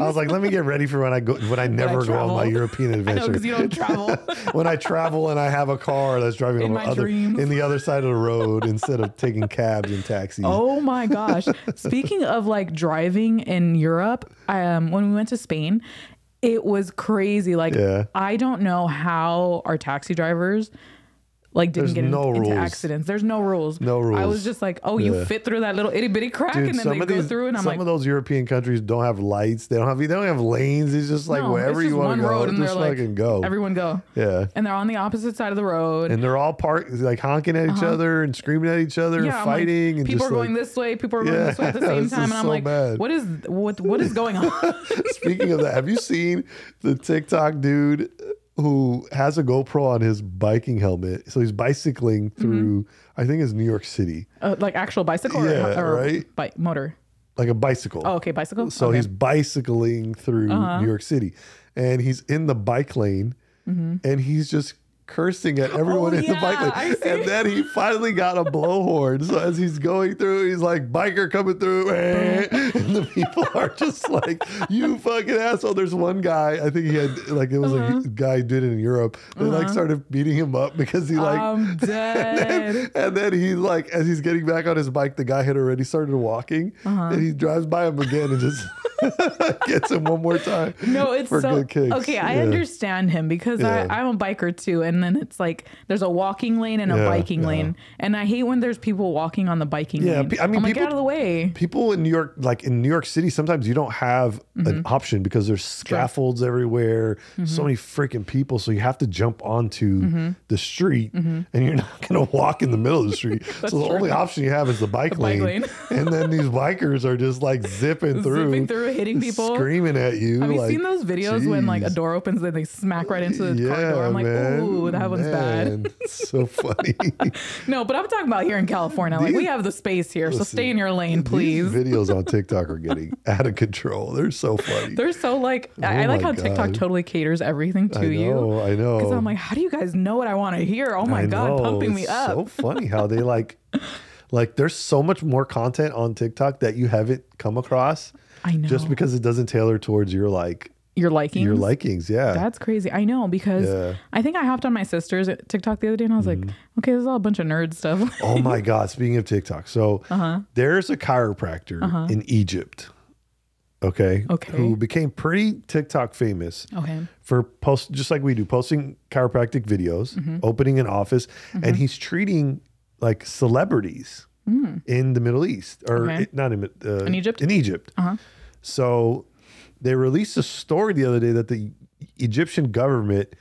S5: I was like, let me get ready for when I go when I never go on my
S6: travel.
S5: European
S6: I know
S5: adventure.
S6: because you don't travel.
S5: when I travel and I have a car that's driving
S6: In
S5: on the
S6: my
S5: other
S6: dreams.
S5: in the other side of the road instead of taking cabs and taxis.
S6: oh my gosh! Speaking of like driving in Europe, um, when we went to Spain, it was crazy. Like
S5: Yeah.
S6: I don't know how our taxi drivers like didn't
S5: There's
S6: get in-
S5: no
S6: into
S5: rules.
S6: accidents. There's no rules.
S5: No
S6: I was
S5: rules.
S6: just like, oh, you
S5: Yeah.
S6: fit through that little itty bitty crack,
S5: Dude,
S6: and then
S5: some
S6: they
S5: of
S6: go
S5: these,
S6: through, and I'm
S5: some
S6: like,
S5: of those European countries don't have lights. They don't have they don't have lanes. It's just like
S6: no,
S5: wherever
S6: it's just
S5: you want
S6: one
S5: to go,
S6: road, and
S5: just
S6: they're
S5: fucking
S6: like,
S5: go.
S6: everyone go,
S5: yeah,
S6: and they're on the opposite side of the road.
S5: and they're all parked like honking at each other and screaming at each other,
S6: Uh-huh. yeah,
S5: and
S6: I'm like,
S5: fighting, and
S6: people
S5: just
S6: are going
S5: like,
S6: this way, people are going
S5: Yeah,
S6: this way at the
S5: I know,
S6: same
S5: this
S6: time,
S5: is
S6: and I'm
S5: so
S6: like,
S5: bad.
S6: what is what what is going on?
S5: Speaking of that, have you seen the TikTok dude who has a GoPro on his biking helmet? So he's bicycling
S6: Mm-hmm.
S5: through, I think it's New York City,
S6: uh, like actual bicycle
S5: Yeah,
S6: or, or
S5: right?
S6: bike motor?
S5: like a bicycle.
S6: Oh, okay, bicycle.
S5: So
S6: okay. Uh-huh.
S5: he's bicycling through New York City and he's in the bike lane and he's just cursing at everyone in
S6: Mm-hmm. Oh,
S5: the bike
S6: yeah, I
S5: lane.
S6: see.
S5: And then he finally got a blowhorn. So as he's going through, he's like, biker coming through. eh. And the people are just like, you fucking asshole. There's one guy, I think he had, like, it was
S6: Uh-huh.
S5: a guy who did it in Europe. They like started beating him up because he, like,
S6: I'm dead.
S5: and then he like as he's getting back on his bike, the guy had already started walking,
S6: Uh-huh.
S5: and he drives by him again and just gets him one more time.
S6: No, it's
S5: for
S6: so
S5: good kicks.
S6: okay. I
S5: Yeah.
S6: understand him because
S5: Yeah.
S6: I, I'm a biker too, and then it's like there's a walking lane and a
S5: Yeah,
S6: biking
S5: yeah.
S6: lane, and I hate when there's people walking on the biking
S5: Yeah,
S6: lane.
S5: pe- I mean,
S6: I'm like,
S5: people-
S6: get out of the way.
S5: People in New York, like in New York City, sometimes you don't have an
S6: Mm-hmm.
S5: option because there's scaffolds everywhere, so many freaking people. So you have to jump onto
S6: Mm-hmm.
S5: the street and you're not going to walk in the middle of the street. so the only option you have is the bike
S6: bike
S5: lane.
S6: lane.
S5: and then these bikers are just like zipping through,
S6: Zipping through, hitting people.
S5: screaming at you.
S6: Have you
S5: like,
S6: seen those videos when like a
S5: "Jeez."
S6: door opens and they smack right into the car door? I'm like,
S5: man.
S6: ooh, that one's bad.
S5: Man, it's so funny.
S6: No, but I'm talking about here in California. Like
S5: These-
S6: we have the space here, so
S5: Listen,
S6: stay in your lane,
S5: These
S6: please.
S5: videos on TikTok are getting out of control. They're so funny.
S6: They're so like I, I
S5: Oh
S6: like
S5: my
S6: how TikTok
S5: God.
S6: totally caters everything to
S5: I know,
S6: you.
S5: I know.
S6: Because I'm like, how do you guys know what I want to hear? Oh my
S5: I
S6: god,
S5: know,
S6: pumping
S5: it's
S6: me up.
S5: So funny how they like, like there's so much more content on TikTok that you haven't come across.
S6: I know.
S5: Just because it doesn't tailor towards your like
S6: your liking.
S5: your likings, yeah.
S6: That's crazy. I know because
S5: Yeah. Mm-hmm.
S6: I think I hopped on my sister's TikTok the other day and I was like, okay, this is all a bunch of nerd stuff.
S5: oh my god! Speaking of TikTok, so there's a chiropractor in Egypt, okay,
S6: Okay.
S5: who became pretty TikTok famous.
S6: okay.
S5: for post just like we do posting chiropractic videos
S6: Mm-hmm.
S5: opening an office and he's treating like celebrities in the middle east or
S6: Mm. Okay.
S5: i- not in, uh,
S6: In Egypt? Uh-huh.
S5: in egypt so they released a story the other day that the egyptian government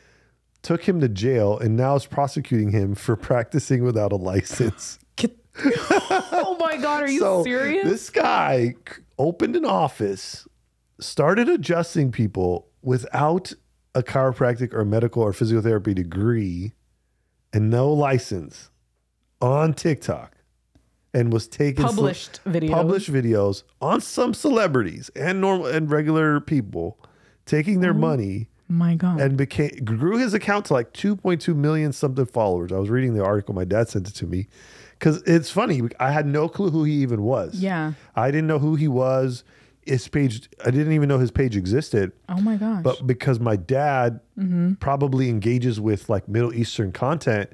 S5: took him to jail and now is prosecuting him for practicing without a license
S6: Get- oh my god, are you
S5: so
S6: serious?
S5: this guy c- opened an office, started adjusting people without a chiropractic or medical or physiotherapy degree and no license on TikTok and was taking cel-
S6: Published videos.
S5: published videos on some celebrities and normal and regular people taking their
S6: Mm-hmm.
S5: money
S6: my god.
S5: and became grew his account to like 2.2 million something followers. I was reading the article my dad sent it to me cuz it's funny. I had no clue who he even was.
S6: Yeah.
S5: I didn't know who he was. His page I didn't even know his page existed,
S6: oh my gosh.
S5: but because my dad probably engages with like Middle Eastern content,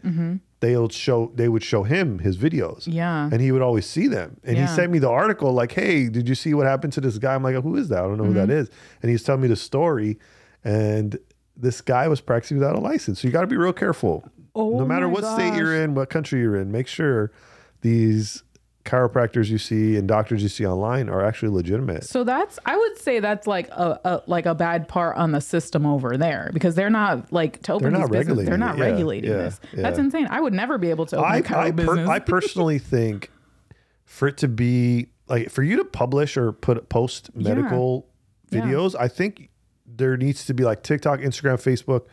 S5: they'll show they would show him his videos.
S6: Yeah.
S5: And he would always see them. And
S6: Yeah.
S5: he sent me the article like, "Hey, did you see what happened to this guy?" I'm like, "Who is that? I don't know who that
S6: Mm-hmm.
S5: is." And he's telling me the story and this guy was practicing without a license. So you got to be real careful.
S6: Oh
S5: no matter
S6: my
S5: what state
S6: gosh.
S5: you're in, what country you're in, make sure these chiropractors you see and doctors you see online are actually legitimate.
S6: so that's I would say that's like a, a like a bad part on the system over there because they're not like to open
S5: They're
S6: these
S5: not
S6: business, they're
S5: regulating
S6: not
S5: it. Yeah,
S6: regulating
S5: yeah,
S6: this.
S5: yeah.
S6: That's insane. I would never be able to open a
S5: I,
S6: chiro
S5: I, per-
S6: business.
S5: I personally think for it to be like for you to publish or put post medical
S6: Yeah.
S5: videos, I think there needs to be like TikTok, Instagram, Facebook,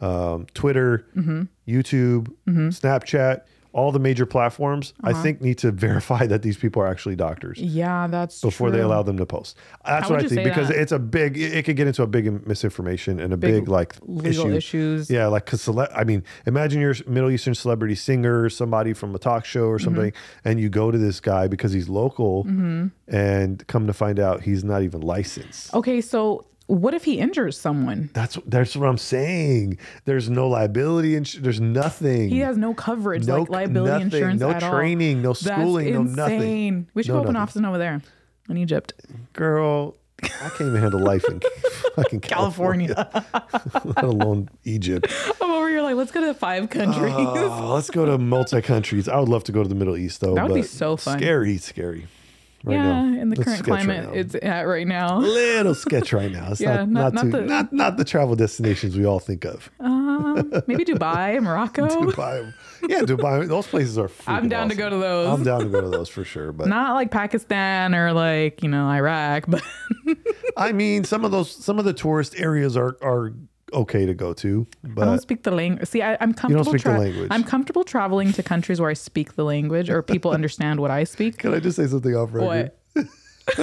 S5: um, Twitter,
S6: Mm-hmm.
S5: YouTube, Snapchat, all the major platforms.
S6: Uh-huh.
S5: I think need to verify that these people are actually doctors.
S6: yeah, that's
S5: Before they
S6: true.
S5: allow them to post, that's
S6: How
S5: what
S6: would
S5: I
S6: you
S5: think
S6: say
S5: because
S6: that?
S5: it's a big. It, it could get into a big misinformation and a big, like
S6: legal issues.
S5: yeah, like because cele- I mean, imagine you're a Middle Eastern celebrity singer, or somebody from a talk show
S6: Mm-hmm.
S5: or something, and you go to this guy because he's local,
S6: Mm-hmm.
S5: and come to find out he's not even licensed.
S6: Okay, so what if he injures someone?
S5: That's that's what I'm saying. There's no liability and there's nothing.
S6: He has no coverage,
S5: No
S6: like liability
S5: nothing,
S6: insurance
S5: no
S6: at all.
S5: training, no
S6: That's
S5: schooling, no
S6: insane.
S5: nothing.
S6: We should
S5: No
S6: open
S5: nothing.
S6: offices over there in Egypt,
S5: Girl, I can't even handle life in fucking California,
S6: California.
S5: let alone Egypt.
S6: I'm over here like, let's go to the
S5: Uh,
S6: five countries.
S5: Oh, let's go to multi countries. I would love to go to the Middle East though.
S6: That would be
S5: but
S6: so fun.
S5: Scary, scary. Right
S6: yeah,
S5: now.
S6: in the
S5: Let's
S6: current
S5: sketch right
S6: climate
S5: now.
S6: it's at right now.
S5: little sketch right now. It's
S6: Yeah,
S5: not, not,
S6: not- not
S5: too,
S6: the-
S5: not not the travel destinations we all think of.
S6: Um, maybe Dubai, Morocco.
S5: Dubai, yeah, Dubai. Those places are.
S6: I'm
S5: freaking
S6: down to
S5: awesome.
S6: go to those.
S5: I'm down to go to those for sure. But
S6: Not like Pakistan or like you know Iraq, but
S5: I mean, some of those, some of the tourist areas are are okay to go to,
S6: I don't
S5: but
S6: speak the language. See, I, I'm comfortable.
S5: speak the language.
S6: I'm comfortable traveling to countries where I speak the language or people understand what I speak.
S5: can I just say something off record?
S6: What?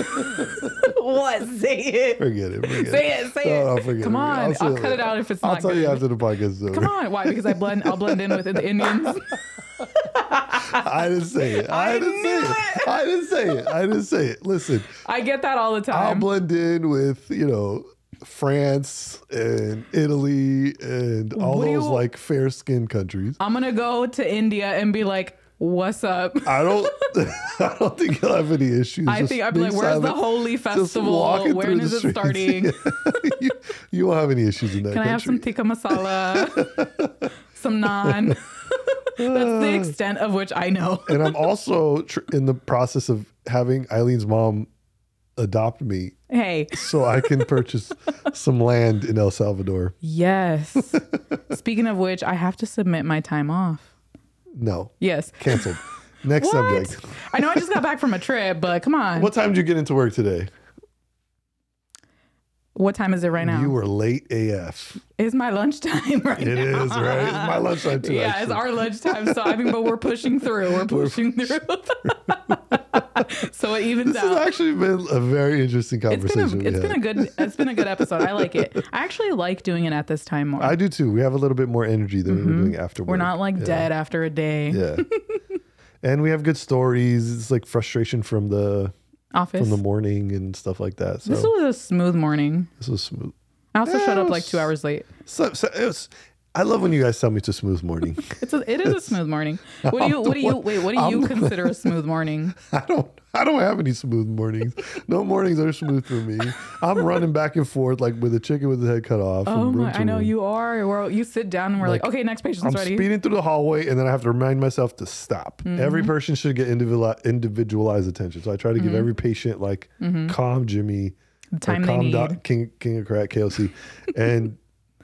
S6: what? Say it.
S5: Forget it. Forget
S6: Say it. Say
S5: No, no,
S6: it.
S5: forget
S6: Come on.
S5: I'll
S6: I'll,
S5: say
S6: cut it out if it's
S5: I'll
S6: not.
S5: tell
S6: good.
S5: you after the podcast. is over.
S6: Come on. Why? Because I blend. I'll blend in with the Indians.
S5: I didn't say it. I,
S6: I
S5: didn't say
S6: knew
S5: it.
S6: it.
S5: I didn't say it. I didn't say it. Listen,
S6: I get that all the
S5: I'll
S6: time.
S5: blend in with you know France and Italy and all
S6: What do
S5: those
S6: you-
S5: like fair skinned countries.
S6: I'm gonna go to India and be like, "What's up?"
S5: I don't. I don't think you'll have any issues.
S6: I
S5: just
S6: think I'd be like,
S5: being
S6: "Where's the
S5: silent,
S6: holy
S5: just
S6: festival?
S5: walking
S6: Where
S5: through the
S6: is it
S5: streets."
S6: starting?"
S5: Yeah. you, you won't have any issues in that.
S6: Can I have some
S5: country.
S6: tikka masala? some naan? That's the extent of which I know.
S5: and I'm also tr- in the process of having Eileen's mom adopt me,
S6: Hey,
S5: so I can purchase some land in El Salvador.
S6: yes. Speaking of which, I have to submit my time off.
S5: No,
S6: Yes.
S5: canceled. Next
S6: What?
S5: subject.
S6: I know I just got back from a trip, but come on.
S5: What time did you get into work today?
S6: What time is it right now?
S5: You were late AF.
S6: it's my lunchtime right
S5: It is
S6: now.
S5: right. It's my lunchtime too.
S6: yeah, it's
S5: actually.
S6: our lunchtime. So I mean, but we're pushing through. We're pushing through. so it evens
S5: This
S6: out.
S5: has actually been a very interesting
S6: it's
S5: conversation.
S6: been a,
S5: we
S6: it's
S5: had.
S6: been a good it's been a good episode. I like it. I actually like doing it at this time more.
S5: I do too. We have a little bit more energy than we were doing after.
S6: Mm-hmm. We're
S5: work.
S6: not like dead after a day.
S5: Yeah. and we have good stories. It's like frustration from the
S6: Office.
S5: from the morning and stuff like that. So
S6: this was a smooth morning.
S5: smooth.
S6: I also
S5: Yeah,
S6: showed
S5: it
S6: up like
S5: was-
S6: two hours late.
S5: So, so it was. I love when you guys tell me it's a smooth morning.
S6: It's a, it is a smooth morning. What do you what do you wait? What do
S5: I'm
S6: you
S5: the-
S6: consider a smooth morning?
S5: I don't. I don't have any smooth mornings. No mornings are smooth for me. I'm running back and forth like with a chicken with his head cut off. from
S6: Oh
S5: room
S6: my!
S5: to
S6: I know
S5: room.
S6: you are. We're, you sit down and we're like,
S5: Like,
S6: okay, next patient's
S5: I'm
S6: ready.
S5: speeding through the hallway, and then I have to remind myself to stop. Every
S6: Mm-hmm.
S5: person should get individual individualized attention. So I try to give every patient like calm Jimmy, or
S6: Mm-hmm. time they
S5: calm
S6: need.
S5: King King of Crack KOC, and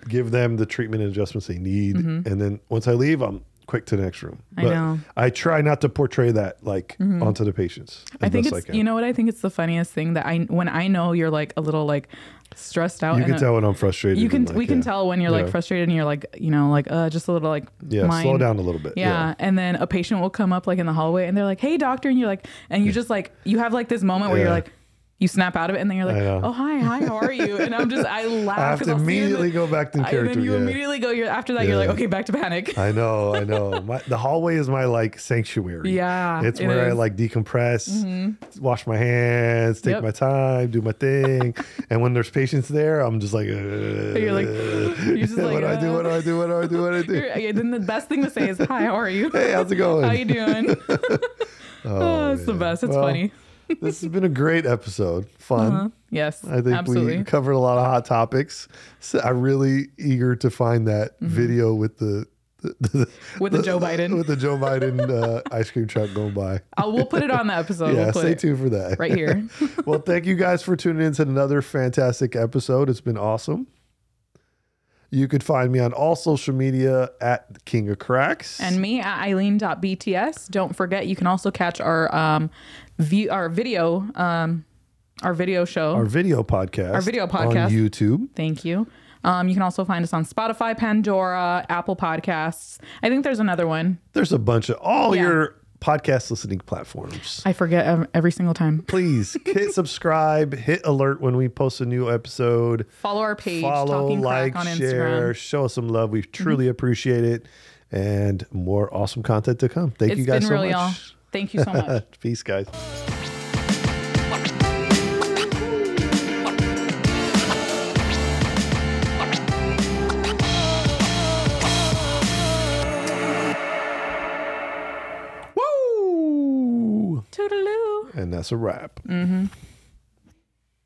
S5: give them the treatment and adjustments they need. And then once I leave, I'm quick to the next room.
S6: Mm-hmm. I know. Mm-hmm.
S5: I try not to portray that like onto the patients.
S6: I
S5: as
S6: think
S5: best
S6: it's you know what I think it's the funniest thing that I when I know you're like a little like stressed out.
S5: You
S6: Oh, and
S5: can tell when I'm frustrated.
S6: you can
S5: and, like,
S6: we can
S5: yeah.
S6: tell when you're like
S5: Yeah.
S6: frustrated and you're like you know like uh just a little like
S5: Yeah, slow
S6: mind-
S5: down a little bit.
S6: Yeah. And then a patient will come up like in the hallway and they're like, hey, doctor. And you're like, and you just like, you have like this moment where
S5: Yeah.
S6: you're like, you snap out of it and then you're
S5: I
S6: like,
S5: know.
S6: oh, hi, hi, how are you? And I'm just, I laugh.
S5: I have
S6: 'cause
S5: to
S6: I'll see you in the-
S5: immediately go back to
S6: I- And
S5: character.
S6: then you
S5: yeah.
S6: immediately go, you're, after that, you're like,
S5: Yeah.
S6: okay, back to panic.
S5: I know, I know. My, the hallway is my like sanctuary.
S6: Yeah,
S5: it's
S6: it
S5: where I
S6: is. Mm-hmm.
S5: like decompress, wash my hands, take
S6: Yep.
S5: my time, do my thing. and when there's patients there, I'm just like, "Uh,
S6: You're like, you're just like,
S5: what do I do? What do I do? What do I do? What do I do?
S6: You're- yeah, then the best thing to say is, hi, how are you?
S5: Hey, how's it going?
S6: how you doing? oh, it's the
S5: man.
S6: best. It's
S5: Well,
S6: funny.
S5: this has been a great episode. Fun.
S6: Huh? Yes,
S5: I think
S6: absolutely.
S5: we covered a lot of hot topics. So I'm really eager to find that
S6: Mm-hmm.
S5: video with the, the, the
S6: With the Joe Biden.
S5: with the Joe Biden uh, ice cream truck going by.
S6: I'll, we'll put it on the episode.
S5: yeah,
S6: we'll put
S5: stay
S6: it
S5: tuned for that.
S6: right here.
S5: well, thank you guys for tuning in to another fantastic episode. It's been awesome. You could find me on all social media at King of Cracks.
S6: and me at eileen.bts don't forget you can also catch our um view our video um our video show
S5: our video podcast.
S6: Our video
S5: on
S6: podcast.
S5: YouTube.
S6: thank you um you can also find us on spotify pandora apple podcasts i think there's another one
S5: There's a bunch of all
S6: Yeah.
S5: your podcast listening platforms.
S6: i forget ev- every single time
S5: Please hit subscribe, hit alert when we post a new episode.
S6: follow our page
S5: Follow,
S6: talking
S5: like,
S6: crack on
S5: share,
S6: instagram Mm-hmm.
S5: show us some love. We truly appreciate it. And more awesome content to come. Thank
S6: It's
S5: you guys
S6: been
S5: so
S6: really all
S5: much.
S6: thank you so much
S5: Peace, guys. Woo!
S6: toodaloo
S5: And that's a wrap.